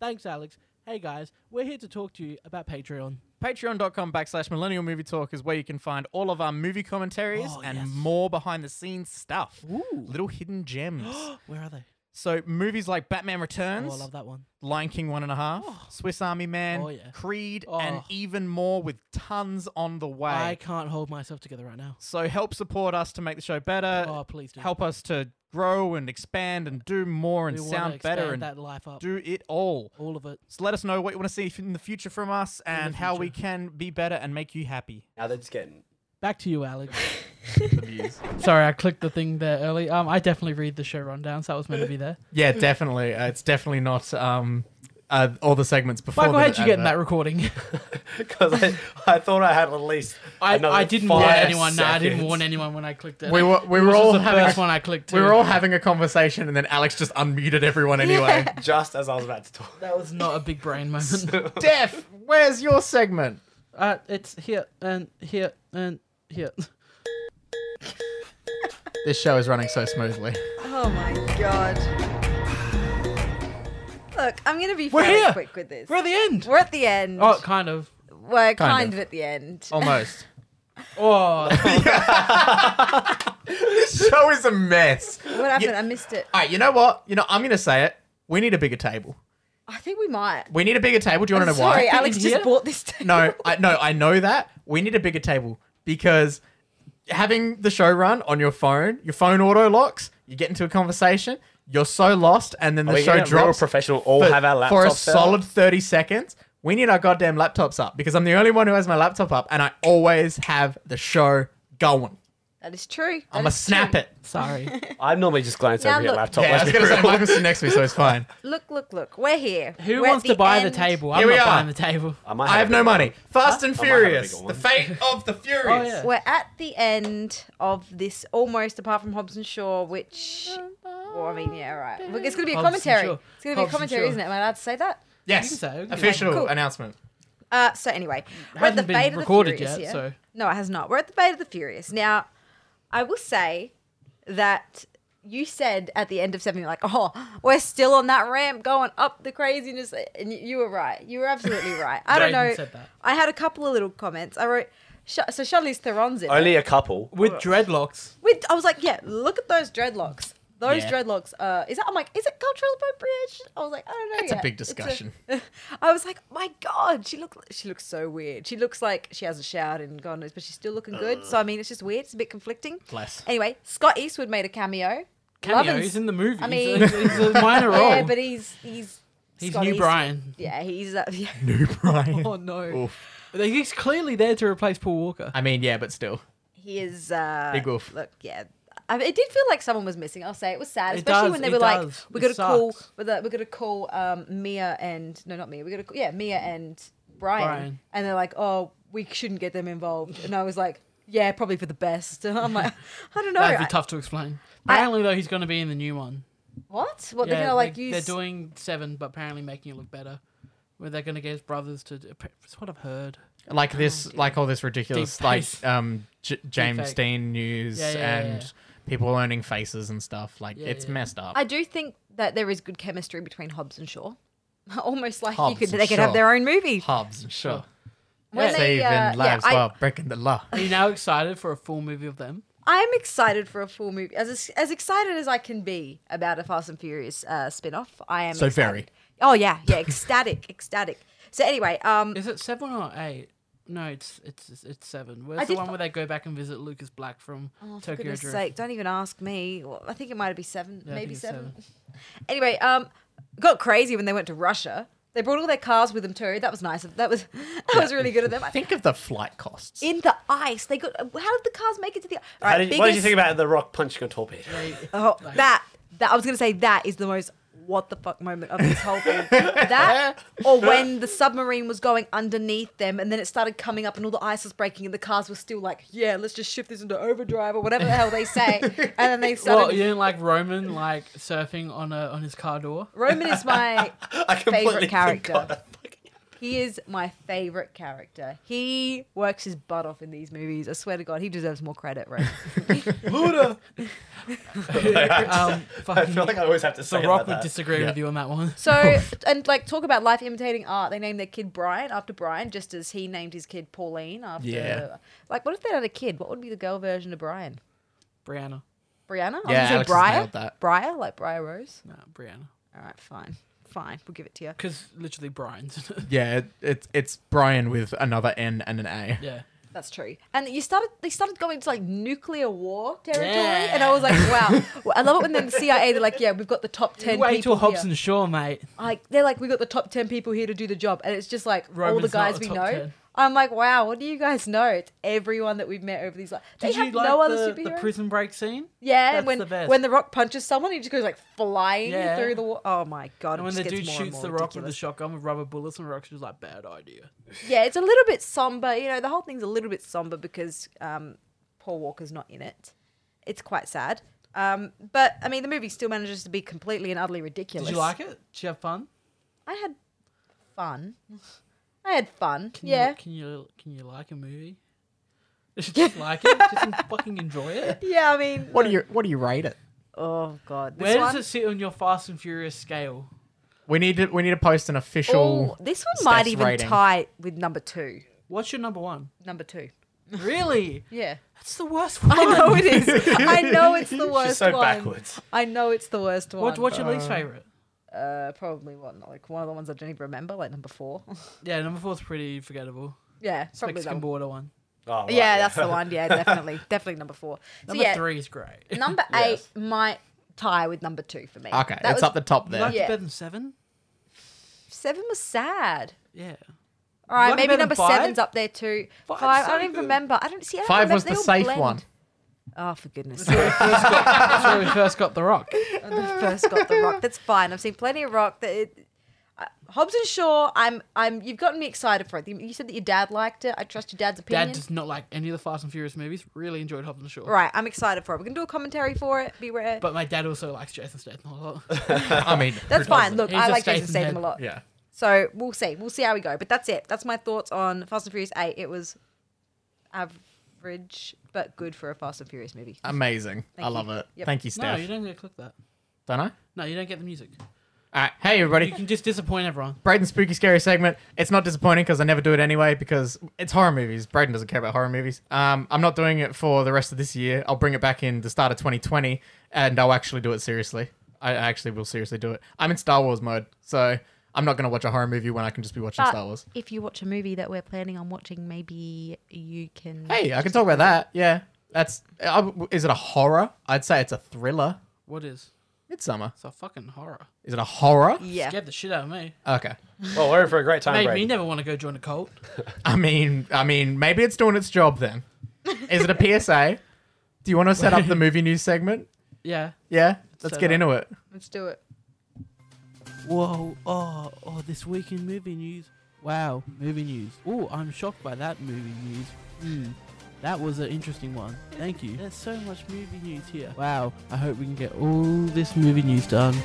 Thanks, Alex. Hey guys, we're here to talk to you about Patreon. Patreon.com backslash Millennial Movie Talk is where you can find all of our movie commentaries Oh, and yes. more behind the scenes stuff. Ooh. Little hidden gems. Where are they? so movies like Batman Returns. Oh, I love that one. Lion King one and a half, Swiss Army Man, Oh, yeah. Creed, Oh. and even more with tons on the way. I can't hold myself together right now. so help support us to make the show better. Oh, please do. help us to grow and expand and do more and we wanna sound better expand and that life up. do it all. all of it. So let us know what you want to see in the future from us and how we can be better and make you happy. Now they're just getting. Back to you, Alex. Sorry, I clicked the thing there early. Um, I definitely read the show rundown, so that was meant to be there. yeah, definitely. Uh, it's definitely not um, uh, all the segments before. Michael, the- how'd you get in advert. that recording? Because I, I thought I had at least. I, another I didn't five warn anyone. Nah, I didn't seconds. warn anyone when I clicked it. We were- we were This was all the having- first one I clicked. We too. were all having a conversation, and then Alex just unmuted everyone anyway. Just as I was about to talk. That was not a big brain moment. Def, where's your segment? uh, it's here and here and here. This show is running so smoothly. Oh my god. Look, I'm gonna be We're fairly here. quick with this. We're at the end. We're at the end. Oh, kind of. We're kind, kind of. of. at the end. Almost. Oh, this show is a mess. What happened? I missed it. All right, you know what? You know, I'm going to say it. We need a bigger table. I think we might. We need a bigger table. Do you want to know Sorry, why? Alex just Here? bought this table. No, I no, I know that. We need a bigger table because having the show run on your phone, your phone auto locks, you get into a conversation, you're so lost, and then the we show getting real drops. professional. All for, have our laptops for a out? solid 30 seconds. We need our goddamn laptops up because I'm the only one who has my laptop up and I always have the show going. That is true. I'm going to snap it. Sorry. I normally just glance Now over your look. laptop. Yeah, I let's was be going to say, real. Michael's sitting next to me, so it's fine. Look, look, look. We're here. Who We're at wants to buy end. the table? Here I'm we not are. buying the table. I, might I have a no big money. one. Fast and I might have a Furious. bigger The one. fate of the Furious. Oh, yeah. We're at the end of this almost, apart from Hobbs and Shaw, which. Well, I mean, yeah, right. Look, It's going to be a Hobbs and commentary. Shaw. It's going to be a Hobbs and commentary, Shaw. isn't it? Am I allowed to say that? Yes. You can say it, you can say it. Official Cool. announcement. Uh, so anyway, we're at the hasn't Bait been of the recorded Furious. yet, yeah? so No, it has not. We're at the Bait of the Furious. Now, I will say that you said at the end of something like, oh, we're still on that ramp going up the craziness. And you, you were right. You were absolutely right. I don't Drayden know. said that. I had a couple of little comments. I wrote, Sh- so Charlize Theron's in it. Only a couple. with dreadlocks. With, I was like, yeah, look at those dreadlocks. Those Yeah. dreadlocks. Uh, is that? I'm like, is it cultural appropriation? I was like, I don't know. That's a yet. big It's discussion. I was like, my god, she look she looks so weird. She looks like she hasn't showered and God knows, but she's still looking good. So I mean, it's just weird. It's a bit conflicting. Bless. Anyway, Scott Eastwood made a cameo. Cameo. Loving- He's in the movie. I He's a- mean- he's a minor role. Yeah, but he's he's he's Scott new Eastwood. Brian. Yeah, he's uh, yeah. New Brian. Oh no. Oof. Like, He's clearly there to replace Paul Walker. I mean, yeah, but still. he is uh, Big wolf. Look, yeah. I mean, it did feel like someone was missing. I'll say it was sad, It especially does, when they it were like, does. "We're It gonna call, sucks. we're, the, we're gonna call um, Mia and no, not Mia. We're gonna call, yeah, Mia and Brian. Brian. and they're like, "Oh, we shouldn't get them involved." And I was like, "Yeah, probably for the best." I'm like, "I don't know." That'd I- be tough to explain. I- Apparently, though, he's going to be in the new one. What? What Yeah, they're gonna like they- use? They're doing seven, but apparently making it look better. Where they're going to get his brothers to. do- That's what I've heard. Like this, like all this ridiculous, Oh, Deep like face. um, J- James fake. Dean news Yeah, yeah, yeah, and yeah. people learning faces and stuff. Like Yeah, it's yeah. messed up. I do think that there is good chemistry between Hobbs and Shaw. Almost like Hobbs you could, and they could have Shaw. their own movie. Hobbs and Shaw. When they, Saving uh, yeah, lives I, while breaking the law. Are you now excited for a full movie of them? I'm excited for a full movie. As as excited as I can be about a Fast and Furious uh, spin-off, I am So excited. very. Oh yeah, yeah, ecstatic, ecstatic. So anyway, um, Is it seven or eight? No, it's it's it's- it's seven. Where's I the did one fi- where they go back and visit Lucas Black from oh, for Tokyo goodness' Drift? sake, don't even ask me. Well, I think it might be seven, Yeah, I think maybe it's seven. Anyway, um, got crazy when they went to Russia. They brought all their cars with them too. That was nice. of- That was that was really good of them. Think of the flight costs. In the ice, they got. How did the cars make it to the? All right, How did, What did you biggest- think about the rock punching a torpedo? They- Oh, that that I was gonna say that is the most what the fuck moment of this whole thing. that or when the submarine was going underneath them and then it started coming up and all the ice was breaking and the cars were still like, yeah, let's just shift this into overdrive or whatever the hell they say. And then they started. Well, you didn't like Roman like surfing on a on his car door. Roman is my I completely favorite character. forgot that fucking- He is my favorite character. He works his butt off in these movies. I swear to God, he deserves more credit, right? Luda. Um, I fucking, feel like I always have to say the it Rock like that. would disagree Yeah. with you on that one. So and like talk about life imitating art. They named their kid Brian after Brian, just as he named his kid Pauline after. Yeah. Like, what if they had a kid? What would be the girl version of Brian? Brianna, Brianna? I was Yeah, gonna Alex say has nailed that. Briar, like Briar Rose. no, Brianna, All right, fine, fine, we'll give it to you. because literally Brian's. Yeah, it, it's it's Brian with another N and an A. yeah, That's true. And you started. They started going to like nuclear war territory, Yeah. and I was like, wow. Well, I love it when then the CIA they're like, yeah, we've got the top ten. wait people till Hobbs here. and Shaw, mate. Like they're like, we got the top ten people here to do the job, and it's just like all the Roman's not guys a we top know. 10. I'm like, wow, what do you guys know? It's everyone that we've met over these. Like, they Did you have like no the, other the superheroes. prison break scene? yeah, That's when the best. when the Rock punches someone, he just goes like flying Yeah. through the wall. Oh my god! it And when just the gets dude more and shoots more the rock with the ridiculous. shotgun with rubber bullets, and the rock's just like, bad idea. yeah, it's a little bit somber. You know, the whole thing's a little bit somber because um, Paul Walker's not in it. It's quite sad. Um, but I mean, the movie still manages to be completely and utterly Did ridiculous. you like it? Did you have fun? I had fun. I had fun. Can yeah. You, can you can you like a movie? Just like it. Just fucking enjoy it. yeah, I mean, What do you what do you rate it? oh god, this Where one. does it sit on your Fast and Furious scale? We need to we need to post an Oh, official. this one might Steph's even rating. tie with number two. What's your number one? Number two. Really? Yeah. That's the worst one. I know it is. I know it's the worst She's so one. backwards. Oh, I know it's the worst one. Um, What, what's your least favorite? Uh, probably what not like one of the ones I don't even remember, like number four. Yeah, number four's pretty forgettable. yeah, It's probably Mexican that. One. border one. Oh, right, Yeah, that's the one. Yeah, definitely, definitely number four. Number so yeah, three is great. number eight Yes. might tie with number two for me. Okay, Oh, that it's was, up the top You there. liked Yeah. it better than seven? seven was sad. Yeah. All right, What maybe about number five? seven's up there too. Five, Five's I so don't even good. remember. I don't see. I don't Five remember. was They the all safe blend. one. Oh, for goodness! That's where we first got, that's where we first got The Rock. I first got the rock. That's fine. I've seen plenty of rock. That it, uh, Hobbs and Shaw. I'm. I'm. You've gotten me excited for it. You said that your dad liked it. I trust your dad's opinion. Dad does not like any of the Fast and Furious movies. Really enjoyed Hobbs and Shaw. Right. I'm excited for it. We're gonna do a commentary for it. Beware. But my dad also likes Jason Statham a lot. I mean, That's fine. regardless. Look, He's I a like Jason Statham Statham a head. lot. Yeah. So we'll see. We'll see how we go. But that's it. That's my thoughts on Fast and Furious Eight. It was average, but good for a Fast and Furious movie. Amazing. I you. love it. Yep. Thank you, no, Steph. you don't get to click that. don't I? All No, you don't get the music. right. Hey, You everybody. can just disappoint everyone. Braden's spooky, scary segment. It's not disappointing because I never do it anyway because it's horror movies. Braden doesn't care about horror movies. Um, I'm not doing it for the rest of this year. I'll bring it back in the start of 2020 and I'll actually do it seriously. I I actually will seriously do it. I'm in Star Wars mode, so I'm not going to watch a horror movie when I can just be watching But Star Wars. If you watch a movie that we're planning on watching, maybe you can. Hey, I can talk about that. Yeah. That's. I, is it a horror? I'd say it's a thriller. What is? Midsummer. It's a fucking horror. Is it a horror? Yeah. Scared the shit out of me. Okay. Well, we're in for a great time, Made me Brayden. never want to go join a cult. I mean, I mean, maybe it's doing its job then. Is it a PSA? Do you want to set up the movie news segment? Yeah. Yeah, let's Set get up. into it. Let's do it. Whoa, oh, oh, this week in movie news. Wow, movie news. Oh, I'm shocked by that movie news. Hmm, that was an interesting one. Thank you. There's so much movie news here. Wow, I hope we can get all this movie news done.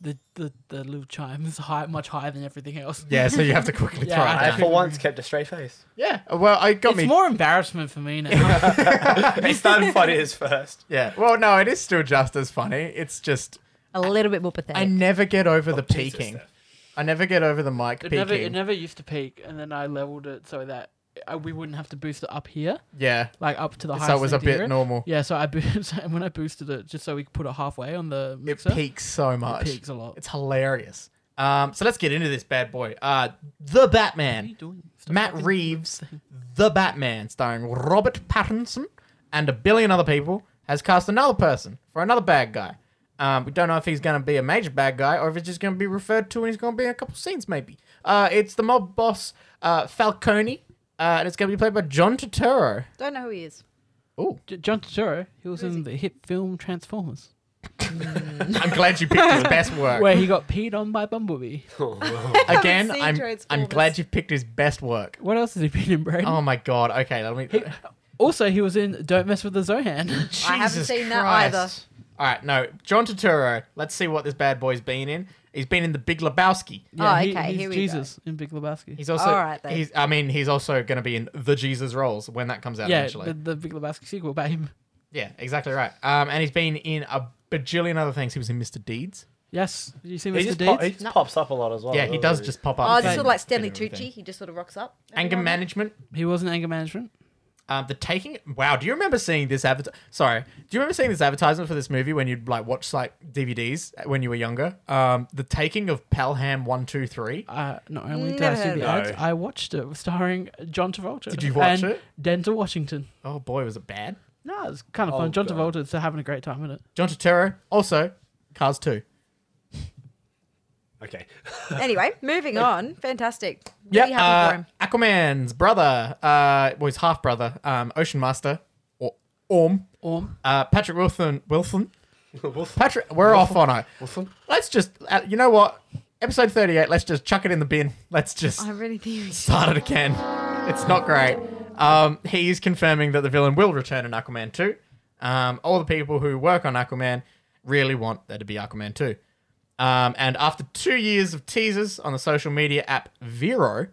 The, the, the little chime is high, much higher than everything else. Yeah, so you have to quickly Yeah, try I, it Okay. down. for once, kept a straight face. Yeah, well, I got It's me. more embarrassment for me now. It's done what it is first. yeah, well, no, it is still just as funny. It's just A little bit more pathetic. I never get over the Jesus, peaking. Steph. I never get over the mic it peaking. never it never used to peak, and then I leveled it so that I, we wouldn't have to boost it up here, yeah, like up to the highest. so it was a thing to bit hear it. normal. Yeah, so I boosted, and when I boosted it, just so we could put it halfway on the It mixer. peaks so much. peaks a lot. It's hilarious. Um, so let's get into this bad boy. Uh, the Batman. What are you doing? Stop Matt fucking- Reeves, The Batman, starring Robert Pattinson and a billion other people, has cast another person for another bad guy. Um, we don't know if he's going to be a major bad guy or if it's just going to be referred to and he's going to be in a couple scenes, maybe. Uh, it's the mob boss uh, Falcone, uh, and it's going to be played by John Turturro. Don't know who he is. Ooh, J- John Turturro, he was in the hit film Transformers, I'm glad you picked his best work. where he got peed on by Bumblebee. Again, seen I'm, I'm Transformers. glad you picked his best work. What else has he been in, Braden? Oh my god. Okay, let me. also, he was in Don't Mess with the Zohan. I haven't seen that either. All right, no, John Turturro. Let's see what this bad boy's been in. He's been in The Big Lebowski. Yeah, Oh, he- okay, he's here we go. Jesus in Big Lebowski. He's also. All right, then. He's. I mean, he's also going to be in the Jesus roles when that comes out yeah, eventually. the, the Big Lebowski sequel about him. Yeah, exactly right. Um, and he's been in a bajillion other things. He was in Mr. Deeds. Yes, did you see He Mr. just, pop, he Deeds? just pops up a lot as well. yeah, he doesn't does just pop up. Oh, and just say- sort of like Stanley and everything. Tucci. He just sort of rocks up. every Anger now and then. management. He was in anger management. Um, the taking. Wow, do you remember seeing this advert? Sorry, do you remember seeing this advertisement for this movie when you'd like watch like DVDs when you were younger? Um, the taking of Pelham One Two Three. Uh, not only did I Never see heard the of ads, it. I watched it starring John Travolta. Did you watch and it? Denzel Washington. Oh boy, was it bad. No, it's kind of Oh, fun. John God. Travolta's having a great time in it. John Turturro. Also, Cars Two. he? Okay. Anyway, moving on. Fantastic. Yeah, Really happy for uh, him. Aquaman's brother, uh, well, his half brother, um, Ocean Master, or Orm, Orm. uh, Patrick Wilson, Wilson, Patrick. We're off on it. Wilson. Let's just, uh, you know what? Episode thirty-eight. Let's just chuck it in the bin. Let's just I really think we should. start it again. It's not great. Um, he is confirming that the villain will return in Aquaman two. Um, all the people who work on Aquaman really want there to be Aquaman two. Um, and after two years of teasers on the social media app Vero,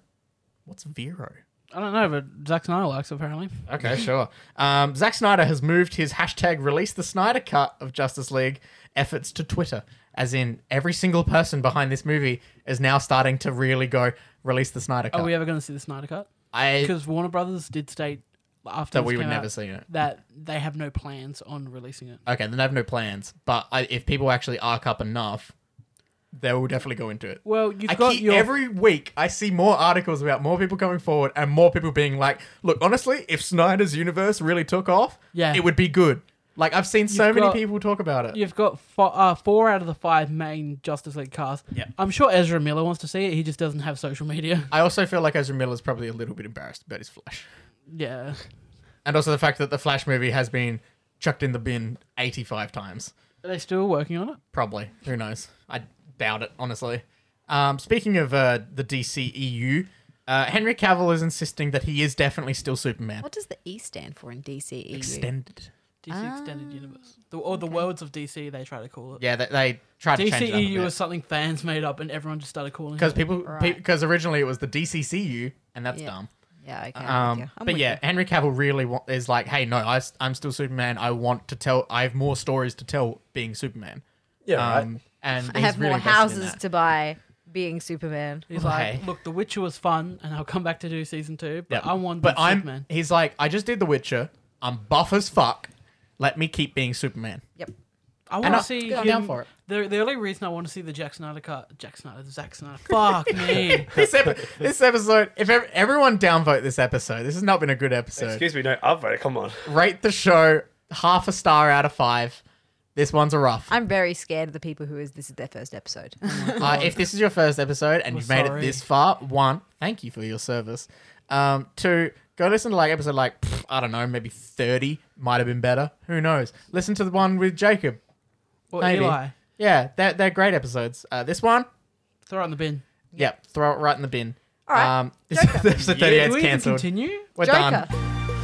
what's Vero? I don't know, but Zack Snyder likes it, apparently. Okay, sure. Um, Zack Snyder has moved his hashtag release the Snyder cut of Justice League efforts to Twitter, as in every single person behind this movie is now starting to really go release the Snyder cut. Are we ever going to see the Snyder Cut? Uh, I, Because Warner Brothers did state after that this we would came never out, see it. that they have no plans on releasing it. Okay, then they have no plans. But I, if people actually arc up enough, they will definitely go into it. Well, you've I got keep, your every week I see more articles about more people coming forward and more people being like, "Look, honestly, if Snyder's universe really took off, Yeah. it would be good." Like I've seen so You've many got- people talk about it. You've got four, uh, four out of the five main Justice League cast. Yeah. I'm sure Ezra Miller wants to see it. He just doesn't have social media. I also feel like Ezra Miller's probably a little bit embarrassed about his Flash, Yeah. and also the fact that the Flash movie has been chucked in the bin eighty-five times. Are they still working on it? Probably. Who knows? I doubt it, honestly. Um, speaking of uh, the DCEU, uh, Henry Cavill is insisting that he is definitely still Superman. What E does the E stand for in DCEU? Extended. DC Ah, Extended Universe. The, or the Worlds of DC, they try to call it. Yeah, they, they tried to change it DCEU up E was something fans made up and everyone just started calling because it. people Right. because originally it was the DCCU, E and that's Yeah. dumb. Yeah, okay. I'm with Um, you. I'm but with yeah, you. Henry Cavill really wa- is like, hey, no, I, am still Superman. I want to tell. I have more stories to tell being Superman. Yeah, Um, and I he's have really more invested in houses that. to buy being Superman. He's Okay. like, look, The Witcher was fun and I'll come back to do season two, but I want But I'm. Superman. He's like, I just did The Witcher. I'm buff as fuck. Let me keep being Superman. Yep. I And want I- to see Good, I'm him. down for it. The, the only reason I want to see the Jack Snyder cut, Jack Snyder, the Zack Snyder. Fuck me. This, ep- this episode, if ev- everyone downvote this episode, this has not been a good episode. Excuse me, no, upvote. Come on. Rate the show half a star out of five. This one's a rough. I'm very scared of the people who is this is their first episode. Uh, if this is your first episode and We're you've made sorry. it this far, one, thank you for your service. Um, two, go listen to like episode like pff, I don't know, maybe thirty might have been better. Who knows? Listen to the one with Jacob. Or Maybe. Eli. Yeah, they're, they're great episodes. Uh, this one, Throw it in the bin. yeah, throw it right in the bin. All right. Um, this episode 38 Do we is even cancelled. continue? We're Joker. done.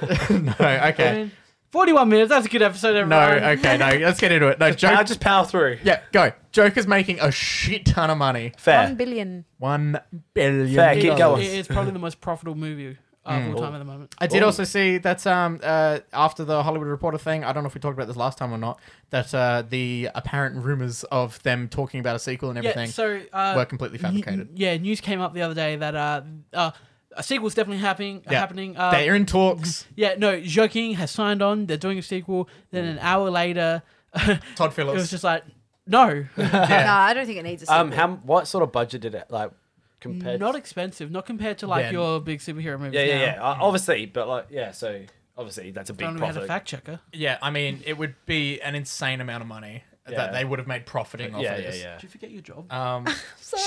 no, I okay. mean, 41 minutes. That's a good episode, everyone. No, okay, no. Let's get into it. No, I'll Joker. just power through. Yeah, go. Joker's making a shit ton of money. One Fair. billion. One billion. Fair, keep dollars. going. It is probably the most profitable movie of Mm. all time at the moment. I did Ooh. also see that um, uh, after the Hollywood Reporter thing, I don't know if we talked about this last time or not, that uh, the apparent rumors of them talking about a sequel and Yeah, everything so uh, were completely fabricated. n- yeah, news came up the other day that uh, uh, a sequel's definitely happening. Yeah. Happening. Uh, They're in talks. yeah, no, Joking has signed on. They're doing a sequel. Then Hmm. an hour later, it Todd Phillips. was just like, no, No, yeah. I don't think it needs a sequel. Um, how what sort of budget did it like compared? not expensive. Not compared to like Yeah. your big superhero movies. yeah, yeah, now. yeah. Uh, obviously, but like, yeah. So obviously, that's a If big only we had a profit. fact checker. yeah, I mean, it would be an insane amount of money Yeah. that they would have made profiting off yeah, of yeah, this. yeah. Did you forget your job? Um,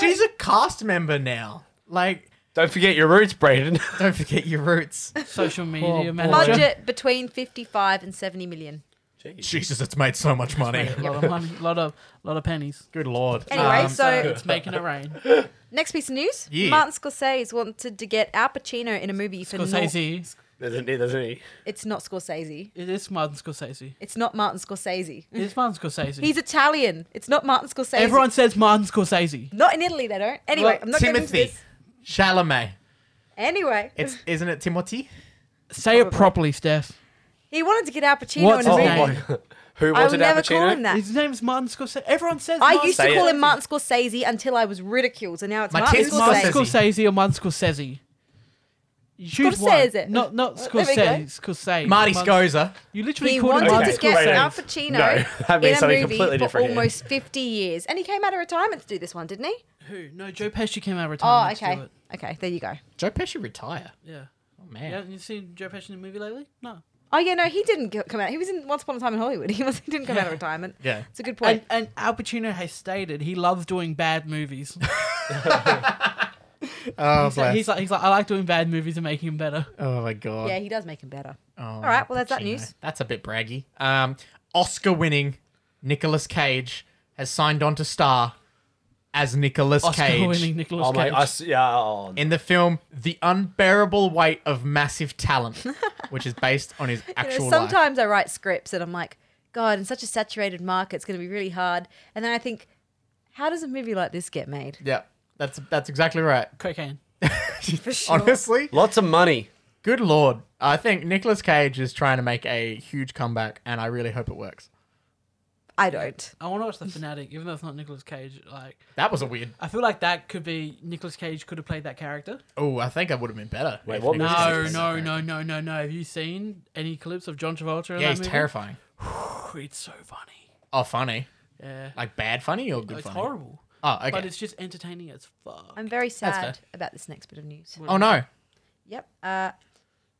she's a cast member now. Like, Don't forget your roots, Braden. don't forget your roots. Social Oh, Poor media manager. Budget between 55 and 70 million. Jesus, it's made so much money. A lot of money, lot of, lot of pennies. Good lord. Anyway, Um, so It's making it rain. next piece of news. Yeah. Martin Scorsese wanted to get Al Pacino in a movie for nor- Scorsese. There's an, there's an E. It's not Scorsese. It is Martin Scorsese. It's not Martin Scorsese. It is Martin Scorsese. He's Italian. It's not Martin Scorsese. Everyone says Martin Scorsese. Not in Italy, they don't. Anyway, Well, I'm not getting into Timothy this. Chalamet. Anyway, It's isn't it Timothy? Say it properly, Steph. he wanted to get Al Pacino What's in a his movie. name? Oh Who I would wanted Al never call him Pacino? that. His name's Martin Scorsese. Everyone says I Martin used to Say call it. him Martin Scorsese until I was ridiculed, and now it's My Martin kids- Martin Scorsese. Scorsese or Martin Scorsese. You Choose Scorsese. one. Not not There we go. Scorsese. Scorsese. Marty Martin- Scoza. You literally He called him wanted Martin Okay, to get Scorsese. Scorsese. Al Right. Pacino No, that in means a something movie completely for different here. almost 50 years, and he came out of retirement to do this one, didn't he? Who? No, Joe Pesci came out of Oh, retirement. okay, To do it. okay, there you go. Joe Pesci retire. Yeah. Oh You man. haven't you seen Joe Pesci in a movie lately? No. Oh yeah, no, he didn't go- come out. He was in Once Upon a Time in Hollywood. He, was, he didn't come out of retirement. Yeah. it's a good And, point. and Al Pacino has stated he loves doing bad movies. Oh, So he's like he's like I like doing bad movies and making them better. oh my god. yeah, he does make him better. Oh, All right, well, that's that news. That's a bit braggy. Um, Oscar-winning Nicolas Cage has signed on to star as Nicolas Cage Oscar-winning Nicolas Oh my, Cage. I, s- yeah. Oh, in the film The Unbearable Weight of Massive Talent, which is based on his You actual know, life. sometimes I write scripts and I'm like, God, in such a saturated market, it's going to be really hard. And then I think, how does a movie like this get made? Yeah, that's that's exactly right. Cocaine. sure. Honestly, lots of money. good lord. I think Nicolas Cage is trying to make a huge comeback, and I really hope it works. I don't. I want to watch The Fanatic, even though it's not Nicolas Cage. Like, That was a weird. I feel like that could be Nicolas Cage could have played that character. Oh, I think I would have been better. Wait, if what Nicolas Cage No, was no, there. no, no, no, no. Have you seen any clips of John Travolta? in Yeah, that he's movie? terrifying. It's so funny. Oh, funny. Yeah, Like bad funny or good it's funny? horrible, Oh, okay. but it's just entertaining as fuck. I'm very sad fair. about this next bit of news. oh no. Yep. Uh,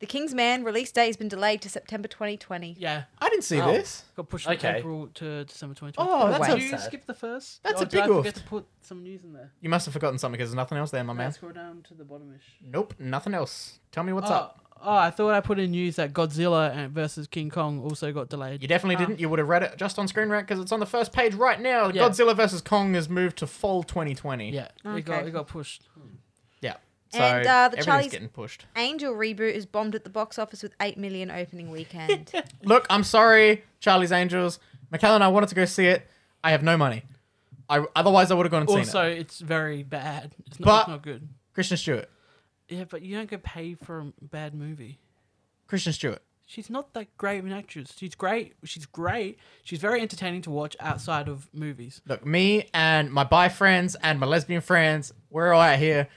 the King's Man release date has been delayed to September 2020. Yeah, I didn't see Oh. this. got pushed from Okay. April to December 2020. Oh, that's Wait. Did you sad. skip the first? That's or a did I big forget oof. to put some news in there. You must have forgotten something because there's nothing else there, my Man. man. Scroll down to the bottomish. Nope, nothing else. Tell me what's oh, up. oh, I thought I put in news that Godzilla and versus King Kong also got delayed. You definitely didn't. You would have read it just on Screen Rant because it's on the first page right now. Yeah. Godzilla vs Kong has moved to fall 2020. Yeah, it got Okay. it got pushed. Yeah. So And, uh, the everything's Charlie's- getting pushed. Angel reboot is bombed at the box office with 8 million opening weekend. Look, I'm sorry, Charlie's Angels. Michaela and I wanted to go see it. I have no money. I otherwise I would have gone and seen Also, it. it's very bad. It's not, But- it's not good. Christian Stewart. Yeah, but you don't get paid for a bad movie. Christian Stewart. She's not that great of an actress. She's great. She's great. She's very entertaining to watch outside of movies. Look, me and my bi friends and my lesbian friends, we're all out here.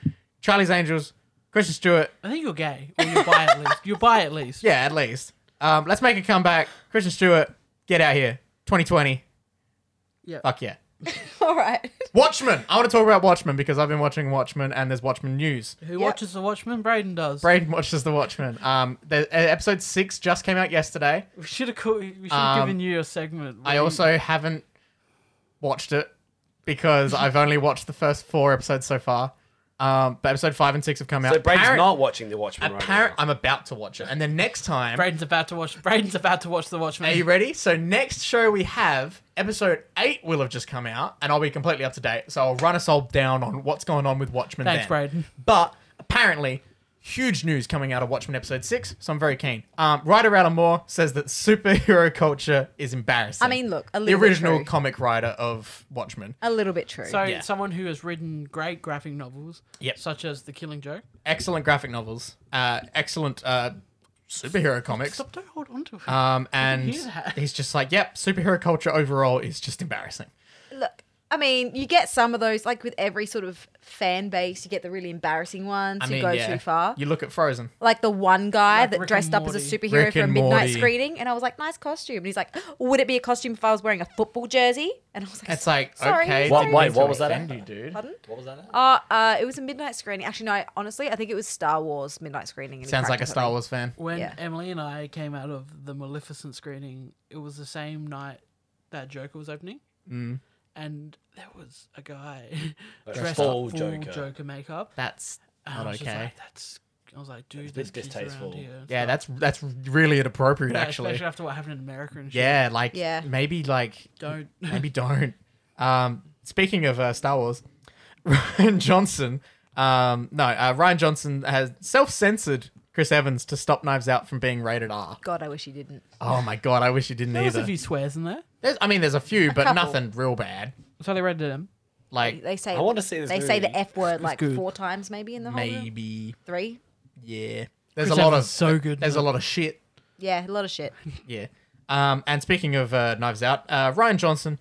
Charlie's Angels, Christian Stewart. I think you're gay, or you're bi at least. You're bi at least. Yeah, at least. Um, let's make a comeback. Christian Stewart, get out here. 2020. Yeah. Fuck yeah. All right. Watchmen. I want to talk about Watchmen because I've been watching Watchmen and there's Watchmen news. Who Yep. watches The Watchmen? Braden does. Braden watches The Watchmen. Um, the, uh, episode six just came out yesterday. we should have we should have Um, given you a segment. I where also haven't watched it because I've only watched the first four episodes so far. Um, but episode five and six have come out. So Braden's Apparent- not watching The Watchmen Apparent, right I'm about to watch it, and then next you- time. Braden's about to watch. Braden's about to watch The Watchmen. Are you ready? So next show we have episode eight will have just come out, and I'll be completely up to date. So I'll run us all down on what's going on with Watchmen. Thanks, then. Braden. But apparently, huge news coming out of Watchmen episode six. So I'm very keen. Um, writer Alan Moore says that superhero culture is embarrassing. I mean, look, a the little bit original true. comic writer of Watchmen, a little bit true. So, Yeah. someone who has written great graphic novels, Yep. such as The Killing Joke. excellent graphic novels, uh, excellent uh, superhero comics. Stop! Don't hold on to it. Um, and hear that. he's just like, yep, superhero culture overall is just embarrassing. look, I mean, you get some of those, like with every sort of fan base, you get the really embarrassing ones I who mean, go yeah, too far. You look at Frozen. like the one guy Like that Rick dressed and up as a Morty. superhero Rick for a and midnight Morty. screening, and I was like, "Nice costume." And he's like, "Would it be a costume if I was wearing a football jersey?" And I was like, It's like, Sorry, okay. What- didn't wait, mean to what was that offend at? You, dude. "Pardon?" now. What was that? at? Uh, uh, it was a midnight screening. Actually, no. Honestly, I think it was Star Wars midnight screening. and he Sounds cracked like a something. Star Wars fan. when Yeah. Emily and I came out of the Maleficent screening, it was the same night that Joker was opening, Mm. and there was a guy Like a dressed full up full Joker, Joker. makeup. That's And not oh, I was just okay. like, that's. I was like, dude, That's a bit there's kids around distasteful. here and yeah, stuff." that's that's really inappropriate, Yeah, actually. Especially after what happened in America and shit. Yeah, like Yeah. maybe like Don't. maybe don't. Um, speaking of uh, Star Wars, Ryan Johnson. Um, no, uh, Ryan Johnson has self-censored Chris Evans to stop Knives Out from being rated R. God, I wish he didn't. Oh my god, I wish you didn't There was a either. few swears in there. There's, I mean, there's a few, but couple. nothing real bad. So they rated them. Like They say I want to see this they movie. say the F word like good. four times, maybe in the whole movie. maybe, Three. yeah. There's Chris a lot of Evans is so good in There's a it. lot of shit Yeah, a lot of shit. Yeah. Um, and speaking of uh, Knives Out, uh, Ryan Johnson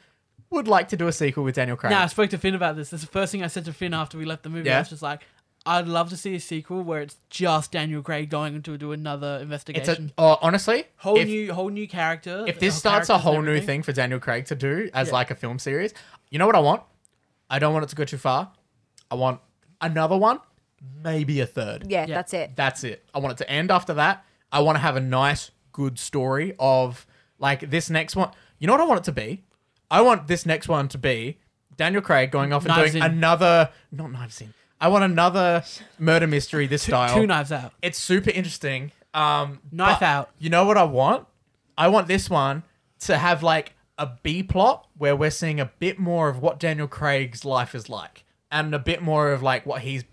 would like to do a sequel with Daniel Craig. Now I spoke to Finn about this. This is the first thing I said to Finn after we left the movie. Yeah. I was just like, I'd love to see a sequel where it's just Daniel Craig going to do another it's investigation. a oh, honestly, whole if, new whole new character. if this uh, starts a characters and whole new everything. thing for Daniel Craig to do as Yeah. like a film series, you know what I want? I don't want it to go too far. I want another one, maybe a third. Yeah, Yeah. that's it. That's it. I want it to end after that. I want to have a nice, good story of like this next one. You know what I want it to be? I want this next one to be Daniel Craig going off and Knives doing In. another, not knives in. I want another murder mystery this style. Two knives out. It's super interesting. Um, Knife but out. You know what I want? I want this one to have like a B plot where we're seeing a bit more of what Daniel Craig's life is like and a bit more of like what he's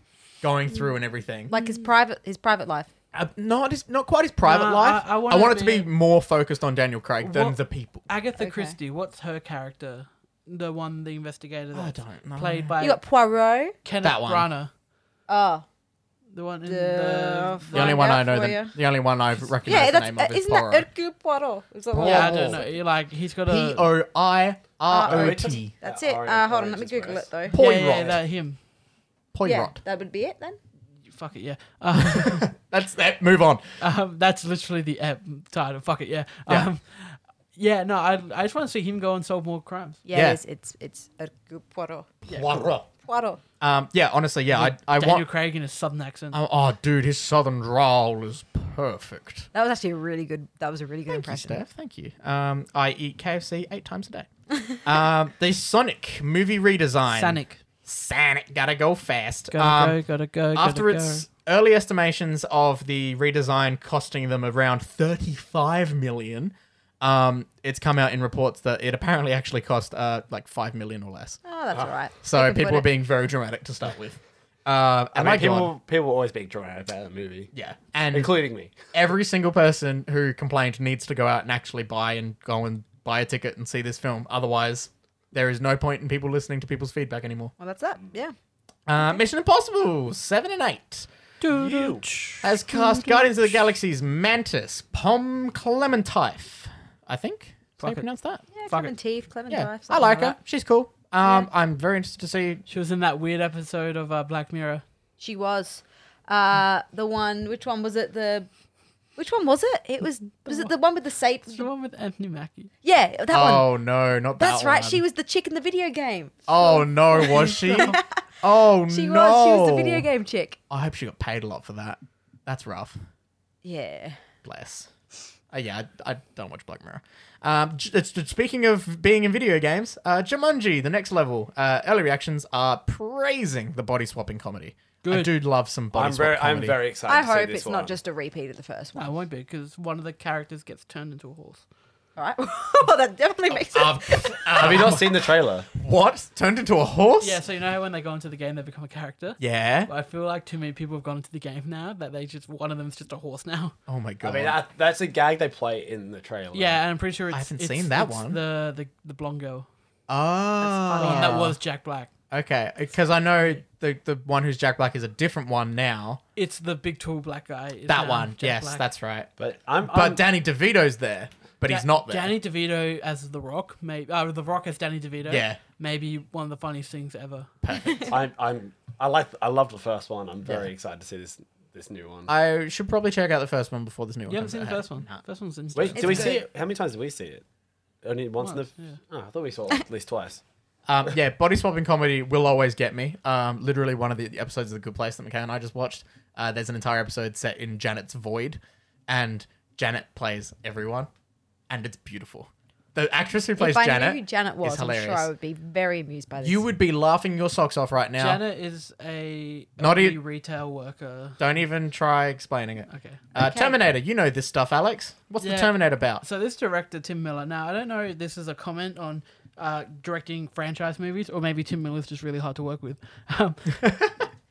going through and everything Like his private his private life. uh, not his, not quite his private No, life. I, I- I want, wanna it to be be- more focused on Daniel Craig than What- the people. Agatha Okay. Christie. What's her character? The one, the investigator that's don't know. played by You got Poirot. Kenneth That one. Branagh. Oh, The one in The the. The only one out I know, for the, you. the only one I Yeah, recognize the that's name of uh, is isn't that Poirot. Hercule Poirot? Is that yeah, I what Poirot. don't know. He, like he's got a. P O I R O T. That's Yeah, it. Uh, Oreo hold on, Poirot let me is Google gross. it though. yeah, yeah, yeah, Poirot. that him. Yeah, Poirot. that would be it then. Fuck it, yeah. Uh, That's that. Move on. um, that's literally the ep- title. Fuck it, yeah. Yeah. Um, yeah, no, I, I just want to see him go and solve more crimes. Yeah, Yeah. It is. It's it's Hercule Poirot. Poirot. Poirot. Um, yeah, honestly, yeah, I, I Daniel want. Craig in a southern accent. Oh, oh, dude, his southern drawl is perfect. That was actually a really good. That was a really good impression. Steph, thank you. Um, I eat KFC eight times a day. um, the Sonic movie redesign. Sonic. Sonic, gotta go fast. Gotta Um, go, gotta go. after gotta its early estimations of the redesign costing them around 35 million um, it's come out in reports that it apparently actually cost uh, like 5 million or less Oh, that's all right. They Ah, so can put people are it- being very dramatic to start with uh, I and mean, like people, people always being drawn out about the movie, yeah and including me. every single person who complained needs to go out and actually buy and go and buy a ticket and see this film otherwise there is no point in people listening to people's feedback anymore Well, that's that. Yeah. uh, mission impossible 7 and 8 go. You. has cast Guardians of the Galaxy's Mantis, Pom Clementife, I think. Is how Fuck you it. pronounce that? Yeah, Fuck Clement Teeth, Clement Yeah, Dive, I something like her. that. She's cool. Um, I'm very interested to see. She was in that weird episode of uh, Black Mirror. She was. Uh, the one. Which one was it? The. Which one was it? It was. Was it the one with the sape? It's the one with Anthony Mackie. Yeah, that one. Oh no, not that. That's right. one. She was the chick in the video game. Oh no, was she? oh She no. was. She was the video game chick. I hope she got paid a lot for that. That's rough. Yeah. Bless. Uh, yeah, I, I don't watch Black Mirror. Um, j- it's, it's- speaking of being in video games, uh, Jumanji, the next level. Uh, early reactions are praising the body swapping comedy. I Good. do love some body I'm swap very, comedy. I'm very excited. I to see hope this it's one. not just a repeat of the first No, Oh. one. it won't be because one of the characters gets turned into a horse. All right. well, that definitely makes sense. Um, Have you not seen the trailer? what? Turned into a horse? Yeah, so you know how when they go into the game, they become a character. Yeah. But I feel like too many people have gone into the game now that they just one of them's just a horse now. Oh my I god. mean, that, that's a gag they play in the trailer. Yeah, and I'm pretty sure it's, haven't it's- seen that it's one. The the the blonde girl. The oh. one that was Jack Black. Okay, because I know the the one who's Jack Black is a different one now. It's the big tall black guy. is That now one. Jack yes, Black. that's right. but I'm. But I'm Danny DeVito's there, but he's Da- not there. Danny DeVito as The Rock, maybe uh, The Rock as Danny DeVito. Yeah. maybe one of the funniest things ever. I'm, I'm, I like, I loved the first one. I'm very excited to see this, this new one. I should probably check out the first one before this new one. You haven't comes seen the out. first one. Nah. First one's in. Wait, It's do we good. see it? How many times did we see it? Only once. in the, Once, yeah. oh, I thought we saw it at least twice. Um, yeah, body swapping comedy will always get me. Um, literally, one of the episodes of The Good Place that McKay and I just watched, uh, there's an entire episode set in Janet's void, and Janet plays everyone, and it's beautiful. The actress who plays if I Janet, knew who Janet was, I'm sure hilarious. I would be very amused by this. you would be laughing your socks off right now. Janet is a Not elderly e- retail worker. Don't even try explaining it. Okay. Uh, Okay. Terminator, you know this stuff, Alex. What's the Yeah. Terminator about? So this director Tim Miller. Now I don't know if this is a comment on uh, directing franchise movies, or maybe Tim Miller's just really hard to work with. Um,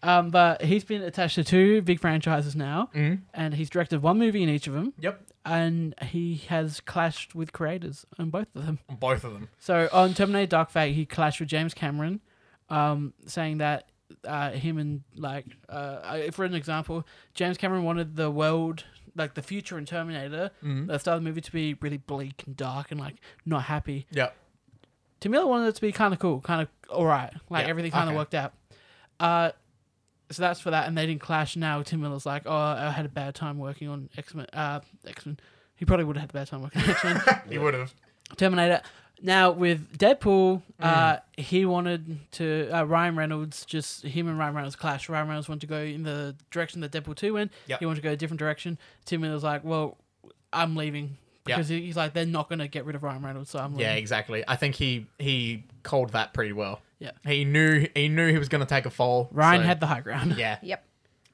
um, but he's been attached to two big franchises now, and he's directed one movie in each of them, Yep, and he has clashed with creators on both of them. both of them. So on Terminator Dark Fate, he clashed with James Cameron, um, saying that uh, him and like uh, I- for an example, James Cameron wanted the world like the future in Terminator, Mm-hmm. the start of the movie to be really bleak and dark and like not happy. Yep. Tim Miller wanted it to be kind of cool, kind of all right, like Yeah, everything kind okay. of worked out. Uh, so that's for that, and they didn't clash. Now Tim Miller's like, oh, I had a bad time working on X Men. Uh, X Men. He probably would have had a bad time working on X Men. You would have. Terminator. Now with Deadpool, Mm. uh, he wanted to uh, Ryan Reynolds just him and Ryan Reynolds clash. Ryan Reynolds wanted to go in the direction that Deadpool two went. Yep. He wanted to go a different direction. Tim Miller's like, well, I'm leaving Yeah. because he he's like, they're not gonna get rid of Ryan Reynolds, so I'm Yeah, leaving. exactly. I think he he called that pretty well. Yeah. He knew he knew he was going to take a fall. Ryan so- had the high ground. yeah. Yep,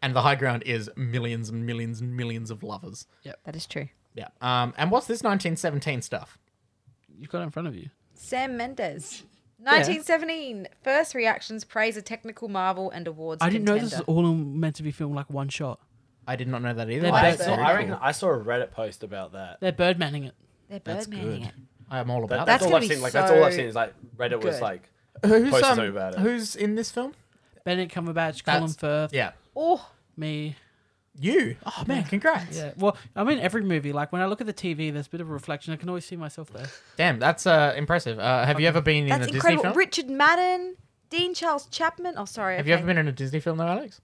And the high ground is millions and millions and millions of lovers. that is true. Yeah. Um. And what's this 1917 stuff? You've got it in front of you. Sam Mendes. 1917. First reactions praise a technical marvel and awards. I didn't know this was contender. all meant to be filmed like one shot. I did not know that either. They're I, both That's saw, very I reckon cool. I saw a Reddit post about that. They're birdmanning it. They're That's Birdmanning good. it. I am all That- about that's that. That's all gonna I've be seen. Like that's all I've so seen is like Reddit was good. like Who's Posters um, about it. Who's in this film? Bennett Cumberbatch, That's- Colin Firth, Yeah. Oh, Me. You. Oh man, congrats. Yeah. Well, I'm in every movie. Like when I look at the TV, there's a bit of a reflection. I can always see myself there. Damn, that's uh, impressive. Uh, have you ever been in a That's Disney incredible. film? Richard Madden, Dean Charles Chapman. Oh, sorry. Have you okay. ever been in a Disney film though, Alex?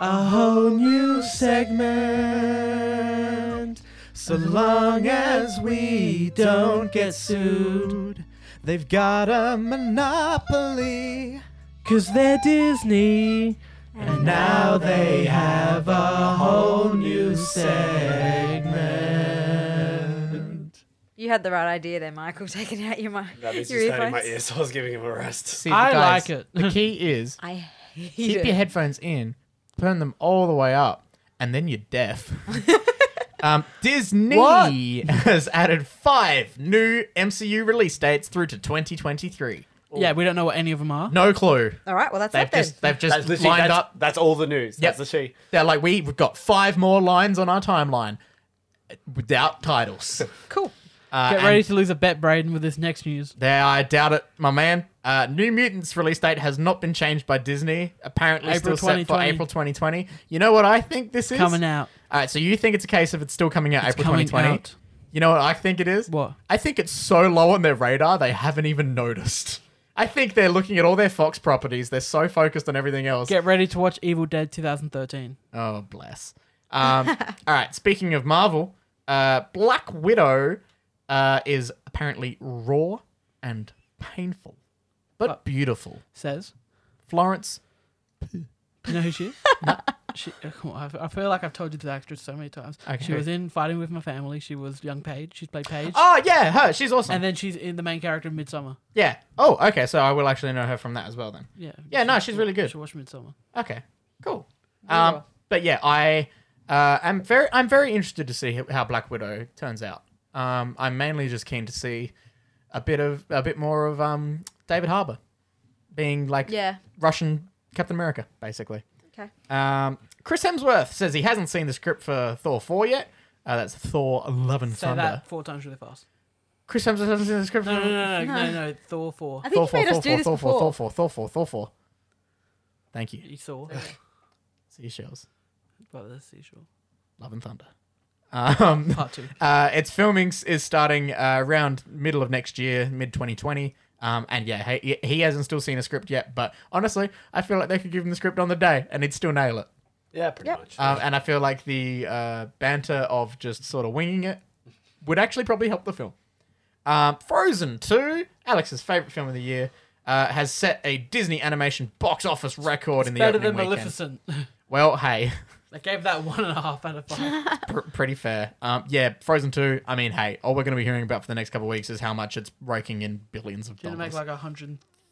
A whole new segment. So long as we don't get sued. They've got a monopoly. Cause they're Disney. And now they have a whole new segment. You had the right idea there, Michael. Taking out your mic. That is your just hurting my earphones. ears. So I was giving him a rest. See, I guys, like it. the key is I hate keep it. your headphones in, turn them all the way up, and then you're deaf. um, Disney What? has added five new MCU release dates through to 2023. Yeah, we don't know what any of them are. No clue. All right. Well, that's They've it then. just they've That's just literally lined that's, up. that's all the news. Yep. That's the she. They're like we've got five more lines on our timeline uh, without titles. cool. Uh, Get and- ready to lose a bet, Braden, with this next news. There, I doubt it, my man. Uh, New Mutants release date has not been changed by Disney. Apparently, April still set for 2020. April 2020. You know what I think this is? Coming out. All right, so you think it's a case of it's still coming out It's April coming 2020? out. You know what I think it is? What? I think it's so low on their radar they haven't even noticed. I think they're looking at all their Fox properties. They're so focused on everything else. Get ready to watch Evil Dead 2013. Oh, bless. Um, all right. Speaking of Marvel, uh, Black Widow uh, is apparently raw and painful, but But- beautiful. Says. Florence. You know who she is? she, oh, come on, I f- I feel like I've told you this actress so many times. Okay. She was in Fighting with My Family. She was young Paige. She's played Paige. Oh yeah, her. She's awesome. And then she's in the main character in Midsummer. yeah. Oh, okay. So I will actually know her from that as well then. Yeah. Yeah, no, she's really good. She watched Midsummer. Okay, cool. Yeah. Um, but yeah, I uh, am very I'm very interested to see how Black Widow turns out. Um, I'm mainly just keen to see a bit of a bit more of um, David Harbour being like Yeah. Russian Captain America, basically. Okay. Um, Chris Hemsworth says he hasn't seen the script for Thor 4 yet. Uh, that's Thor Love and Say Mm, Thunder. that four times really fast. Chris Hemsworth hasn't seen the script No, for no, no, no, no, no. Thor four. I Thor 4, think you made us Thor 4, do this Thor 4, Thor 4, before. Thor 4, Thor 4. Thank you. You saw Seashells. by the seashore. Love and Thunder. Um, Part two. Uh, its filming s- is starting uh, around middle of next year, mid 2020. Um, and yeah, he, he hasn't still seen a script yet, but honestly, I feel like they could give him the script on the day and he'd still nail it. Yeah, pretty Yep. much. Um, and I feel like the uh, banter of just sort of winging it would actually probably help the film. Um, Frozen 2, Alex's favorite film of the year, uh, has set a Disney animation box office record in the Better opening than weekend. Maleficent. Well, hey. I gave that one and a half out of five. pr- pretty fair. Um, yeah, Frozen Two. I mean, hey, all we're going to be hearing about for the next couple of weeks is how much it's raking in billions of Didn't dollars. make like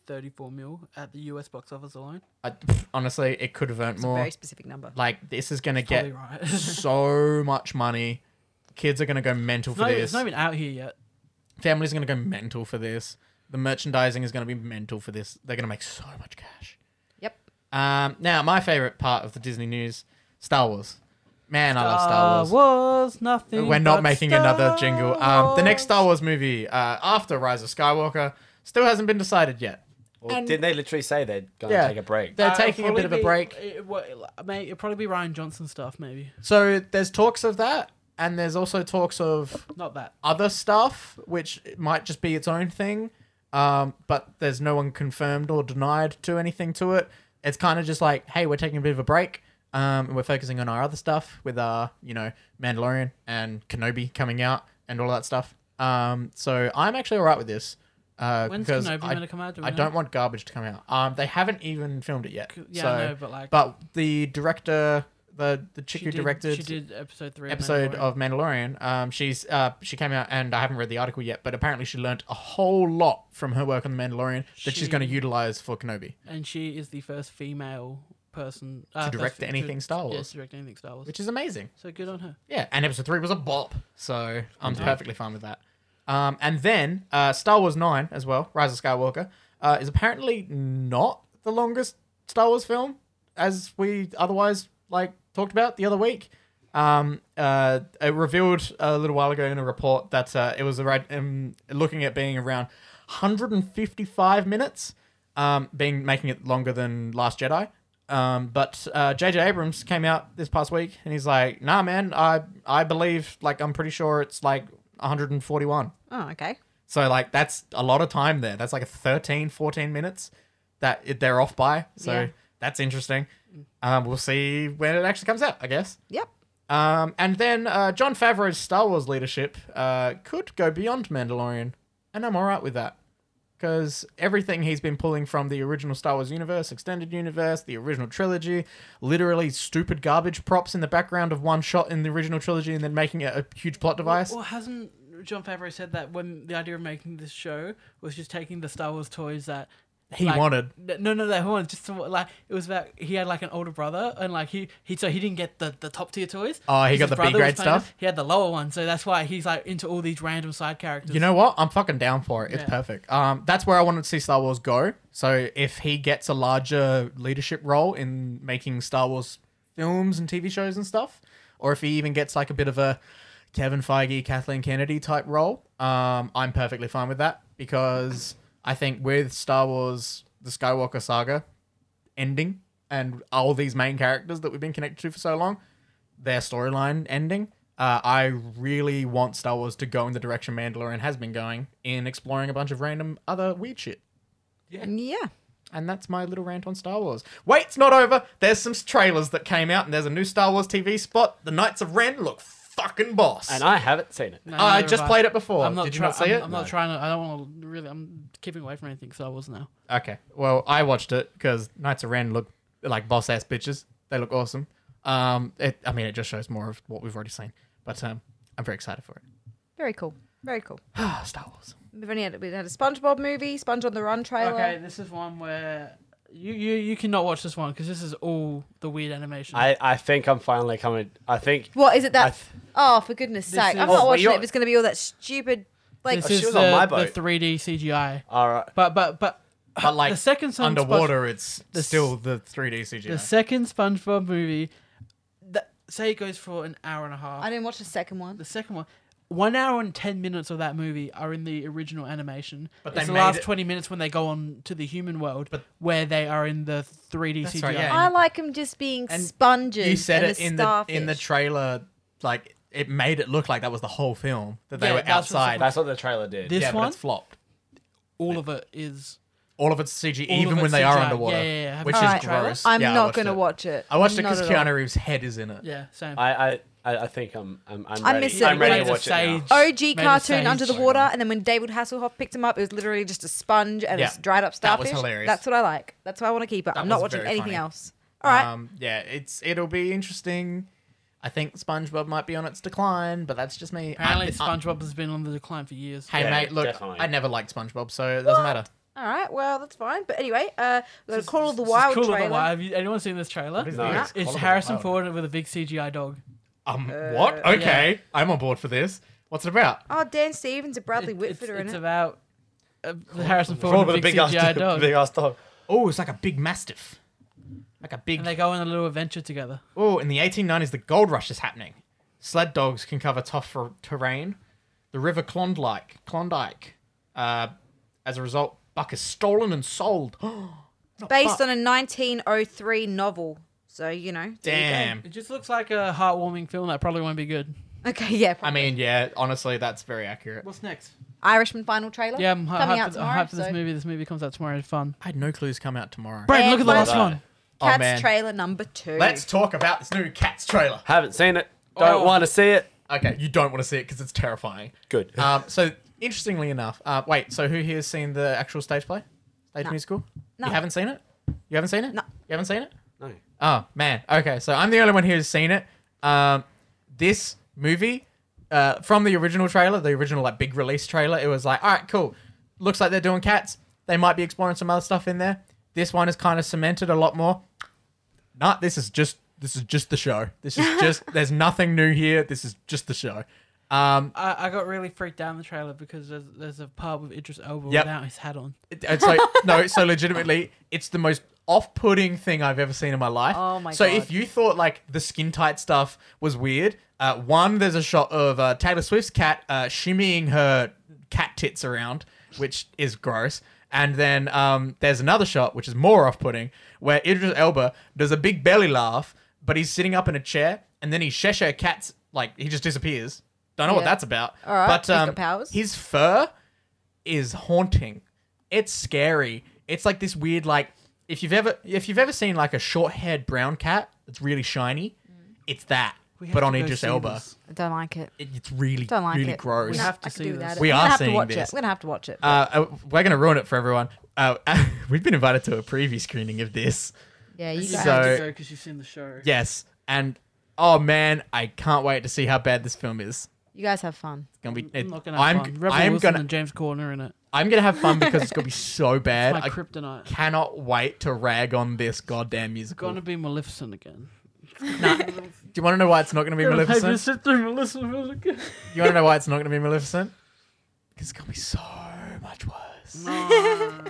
134 mil at the US box office alone. I- pff, honestly, it could have earned It's a more. very specific number. Like this is going to Probably get right. so much money. Kids are going to go mental It's for not, even- this. it's not even out here yet. Families are going to go mental for this. The merchandising is going to be mental for this. They're going to make so much cash. Yep. Um, now, my favorite part of the Disney news: Star Wars. Man, I love Star Star Wars. Wars, nothing. We're not but making Star another jingle. Um, the next Wars. Star Wars movie uh, after Rise of Skywalker still hasn't been decided yet. well, and- didn't they literally say they're going to Yeah. take a break? They're Uh, it'll taking a probably bit of a be- break. It, well, it, may, it'll probably be Ryan Johnson stuff, maybe. So there's talks of that, and there's also talks of Not that. other stuff, which might just be its own thing. Um, but there's no one confirmed or denied to anything to it. It's kind of just like, hey, we're taking a bit of a break. Um, and we're focusing on our other stuff with our, you know, Mandalorian and Kenobi coming out and all that stuff. Um, so I'm actually all right with this. Uh, When's because Kenobi I, gonna come out? Do we I know? don't want garbage to come out. Um, they haven't even filmed it yet. Yeah, so, I know, but like. but the director, the the chick she who did, directed She did episode three. episode Mandalorian. of Mandalorian. Um, she's uh, she came out, and I haven't read the article yet, but apparently she learnt a whole lot from her work on the Mandalorian that she's She- going to utilize for Kenobi, And she is the first female person uh, To first direct fe- anything Star Yeah, Wars. to direct anything Star Wars. which is amazing. so good on her. Yeah, and episode three was a bop, so I'm perfectly fine with that. Um, and then uh, Star Wars Nine as well, Rise of Skywalker, uh, is apparently not the longest Star Wars film as we otherwise like talked about the other week. Um, uh, it revealed a little while ago in a report that uh, it was around, um, looking at being around 155 minutes. um, being making it longer than Last Jedi. Um, but uh, J.J. Abrams came out this past week and he's like, "Nah, man, I I believe like I'm pretty sure it's like 141." Oh, okay. So like that's a lot of time there. That's like a 13, 14 minutes that it, they're off by. So Yeah. that's interesting. Um, we'll see when it actually comes out, I guess. Yep. Um, and then uh, John Favreau's Star Wars leadership uh, could go beyond Mandalorian, and I'm all right with that because everything he's been pulling from the original Star Wars universe, extended universe, the original trilogy, literally stupid garbage props in the background of one shot in the original trilogy, and then making it a huge plot device. Well, hasn't John Favreau said that when the idea of making this show was just taking the Star Wars toys that He like- wanted. N- No, no, that he wanted. Just to, like it was about he had like an older brother, and like he he so he didn't get the the top tier toys. Oh, he His got the brother was B-grade playing them. stuff? He had the lower one, so that's why he's like into all these random side characters. You know what? I'm fucking down for it. It's Yeah. perfect. Um, that's where I wanted to see Star Wars go. So if he gets a larger leadership role in making Star Wars films and TV shows and stuff, or if he even gets like a bit of a Kevin Feige, Kathleen Kennedy type role, um, I'm perfectly fine with that because I think with Star Wars, the Skywalker saga ending, and all these main characters that we've been connected to for so long, their storyline ending. Uh, I really want Star Wars to go in the direction Mandalorian has been going in exploring a bunch of random other weird shit. Yeah. And that's my little rant on Star Wars. Wait, it's not over. There's some trailers that came out, and there's a new Star Wars TV spot. The Knights of Ren look fucking boss. And I haven't seen it. No, I neither just have played it before. I'm not Did you try- not see I'm, it? I'm not trying to. I don't want to really. I'm keeping away from anything Star Wars now. Okay. Well, I watched it because Knights of Ren look like boss ass bitches. They look awesome. Um, it, I mean, it just shows more of what we've already seen. But um, I'm very excited for it. Very cool. Very cool. Ah, Star Wars. We've only had, we had a SpongeBob movie, Sponge on the Run trailer. Okay, this is one where you you you cannot watch this one because this is all the weird animation. I, I think I'm finally coming. I think What is it I that? th- oh, for goodness This sake! is- I'm Oh, not well, watching you're- it. If it's going to be all that stupid, like this she is was the, on my the boat. 3D CGI. all right. But but but But like the second song underwater, it's the s- still the 3D CGI. The second SpongeBob movie, that say it goes for an hour and a half. I didn't watch the second one. the second one, one hour and ten minutes of that movie are in the original animation. But it's they the made last it- twenty minutes when they go on to the human world, where they are in the 3D That's CGI. right, yeah. I like them just being And sponges. you said and it a in the starfish. in the trailer, like it made it look like that was the whole film that they Yeah, were that's what's outside. That's what the trailer did. This yeah, but one, it's flopped. all of it is. All of it's CG, All even of when it's they are CGI. underwater, Yeah, yeah, yeah. Have which you is seen the trailer? gross. I'm Yeah, I not watched going to it. watch it. I watched it Not because at all. Keanu Reeves' head is in it. Yeah, same. I, I I I think I'm I'm I'm I ready, miss it. I'm ready Made to a watch it. now. sage. OG Made a cartoon sage. Under the Water, and then when David Hasselhoff picked him up, it was literally just a sponge and Yeah, it's dried up that was starfish. hilarious. That's what I like. That's why I want to keep it. That I'm not was watching very anything funny. else. All right. Um, yeah, it's it'll be interesting. I think SpongeBob might be on its decline, but that's just me. Apparently, I- I- SpongeBob has been on the decline for years. hey Yeah, mate, look, definitely. I never liked SpongeBob, so it doesn't matter. all right. Well, that's fine. But anyway, uh, the This is- Call of the this is Wild Call of the trailer. Wild. Have you, anyone seen this trailer? What is No. this? Call It's of the Harrison Wild. Ford with a big CGI dog. Um, what? Okay, I'm on board for this. What's it about? Oh, Dan Stevens and Bradley It- Whitford it's, are in it's it. about uh, Harrison Ford, Ford with a big, CGI dog, big ass dog. Oh, it's like a big mastiff, like a big. and they go on a little adventure together. Oh, in the 1890s, the gold rush is happening. Sled dogs can cover tough fer- terrain. The River Klondike, Klondike. Uh, as a result, Buck is stolen and sold. Based on a 1903 novel. So, you know. there you go. Damn. It just looks like a heartwarming film that probably won't be good. Okay, yeah. I mean, yeah, honestly, that's very accurate. What's next? Irishman final trailer. Yeah, I'm hy- coming hyped out for- tomorrow. hyped for this so- movie. This movie comes out tomorrow. It's fun. I had no clues come out tomorrow. Brad, look at the Bad last one. one. Oh, Cats man. trailer number 2 Let's talk about this new Cats trailer. Haven't seen it. Don't Oh. want to see it. Okay, you don't want to see it because it's terrifying. Good. Um, so, interestingly enough, uh, wait, so who here has seen the actual stage play? Stage No. musical? No. You haven't seen it? You haven't seen it? No. You haven't seen it? no. Oh man. Okay, so I'm the only one here who's seen it. Um, this movie, uh, from the original trailer, the original like big release trailer, it was like, all right, cool. Looks like they're doing cats. They might be exploring some other stuff in there. This one is kind of cemented a lot more. Not this is just this is just the show. This is just there's nothing new here. This is just the show. Um, I, I got really freaked out in the trailer because there's, there's a part with Idris Elba Yep. without his hat on. It- It's like no, so legitimately, it's the most off-putting thing I've ever seen in my life. Oh my so God. if you thought like the skin tight stuff was weird, uh, one there's a shot of uh, Taylor Swift's cat uh, shimmying her cat tits around, which is gross. And then um, there's another shot, which is more off putting, where Idris Elba does a big belly laugh, but he's sitting up in a chair and then he Cheshire Cat's, like, he just disappears. Don't know what Yeah. that's about. All right, But he's got um, powers. his fur is haunting. It's scary. It's like this weird like if you've ever if you've ever seen like a short-haired brown cat that's really shiny, it's that. We have But to on go Idris see Elba, this. I don't like it. it, it's really Don't like really it. gross. We No, have to I could see do this. without it. We We're are gonna have to seeing watch this. it. We're gonna have to watch it. uh, uh, we're gonna ruin it for everyone. Uh, we've been invited to a preview screening of this. yeah, you You So- guys. have to go because you've seen the show. Yes, and oh man, I can't wait to see how bad this film is. you guys have fun. It's gonna be. I'm It, not gonna. Have I'm. fun. Rebel I'm Wilson gonna. and James Corden are in it. I'm gonna have fun because it's gonna be so bad. My I kryptonite. cannot wait to rag on this goddamn musical. Gonna be Maleficent again. Do you want to know why it's not going to be Have you Maleficent? sit through Maleficent again? You want to know why it's not going to be Maleficent? Because it's going to be so much worse. I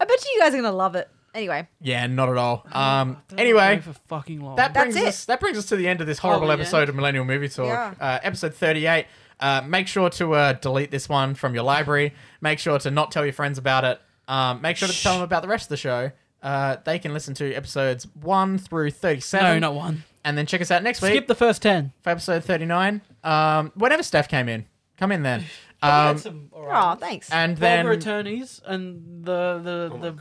bet you guys are gonna love it. Anyway, Yeah, not at all. Um. Don't go Anyway, for fucking long. that That's brings it. us that brings us to the end of this horrible Oh, yeah. episode of Millennial Movie Talk. Yeah. Uh, episode thirty-eight. Uh, make sure to uh, delete this one from your library. Make sure to not tell your friends about it. Um, make sure to tell them about the rest of the show. Uh, they can listen to episodes one through no, thirty-seven. not one. And then check us out next week. Skip the first ten. for episode 39. Um, whenever Steph came in, come in then. Um, oh thanks. and then then attorneys and the the the.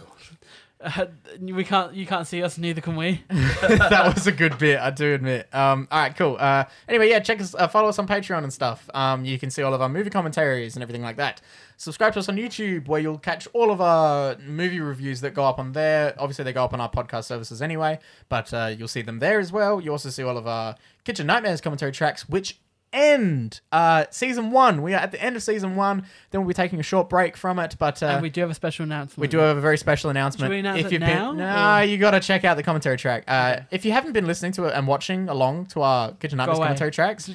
Uh, we can't. You can't see us. Neither can we. Uh, that was a good bit, I do admit. Um, all right, cool. Uh, anyway, yeah, check us, uh, follow us on Patreon and stuff. Um, you can see all of our movie commentaries and everything like that. Subscribe to us on YouTube, where you'll catch all of our movie reviews that go up on there. Obviously, they go up on our podcast services anyway, but uh, you'll see them there as well. You also see all of our Kitchen Nightmares commentary tracks, which end uh season one we are at the end of season one then we'll be taking a short break from it but uh and we do have a special announcement. We do have a very special announcement. Hmm. Should we announce it you've now, been, no, or- you got to check out the commentary track. Uh, If you haven't been listening to it and watching along to our Kitchen Nightmares away. commentary tracks,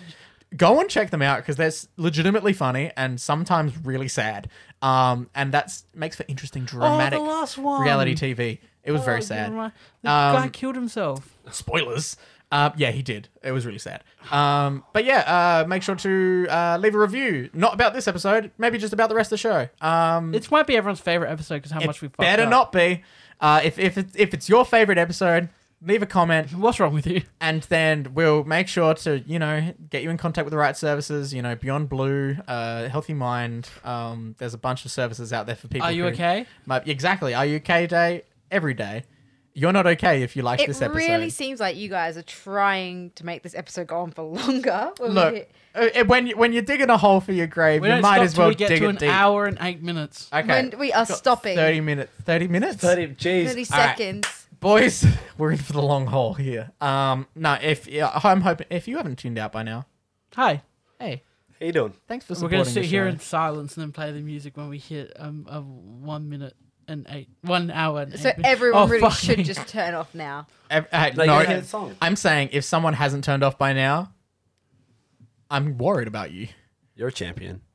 go and check them out because they're s- legitimately funny and sometimes really sad. Um, and that makes for interesting, dramatic Oh, last one. reality TV. It was very Oh, sad. you're right. The Um, guy killed himself. Spoilers. Uh, yeah, he did. It was really sad. Um, but yeah, uh, make sure to uh, leave a review. Not about this episode, maybe just about the rest of the show. Um, It might be everyone's favorite episode because how much we fucked better up. not be. Uh, if if it's, if it's your favorite episode, leave a comment, What's wrong with you? and then we'll make sure to you know get you in contact with the right services. You know, Beyond Blue, uh, Healthy Mind. Um, there's a bunch of services out there for people. Are you who okay? Might, exactly. Are you okay day every day? You're not okay if you like it this episode. really seems like you guys are trying to make this episode go on for longer. When we Look, hit- uh, uh, when you, when you're digging a hole for your grave, We you don't might stop as well till we get dig to it an deep. hour and eight minutes. Okay. when we are Got stopping. 30, Thirty minutes. Thirty minutes. 30, jeez. Alright. seconds. boys we're in for the long haul here um no if yeah, i'm hoping if you haven't tuned out by now Hi. hey How you doing? thanks for We're supporting gonna sit the here show. in silence and then play the music when we hit um a one minute and eight one hour. And So eight min- everyone Oh, really fuck should me. just turn off now. Ev- hey, Like, no, you hear the song. i'm saying if someone hasn't turned off by now i'm worried about you You're a champion.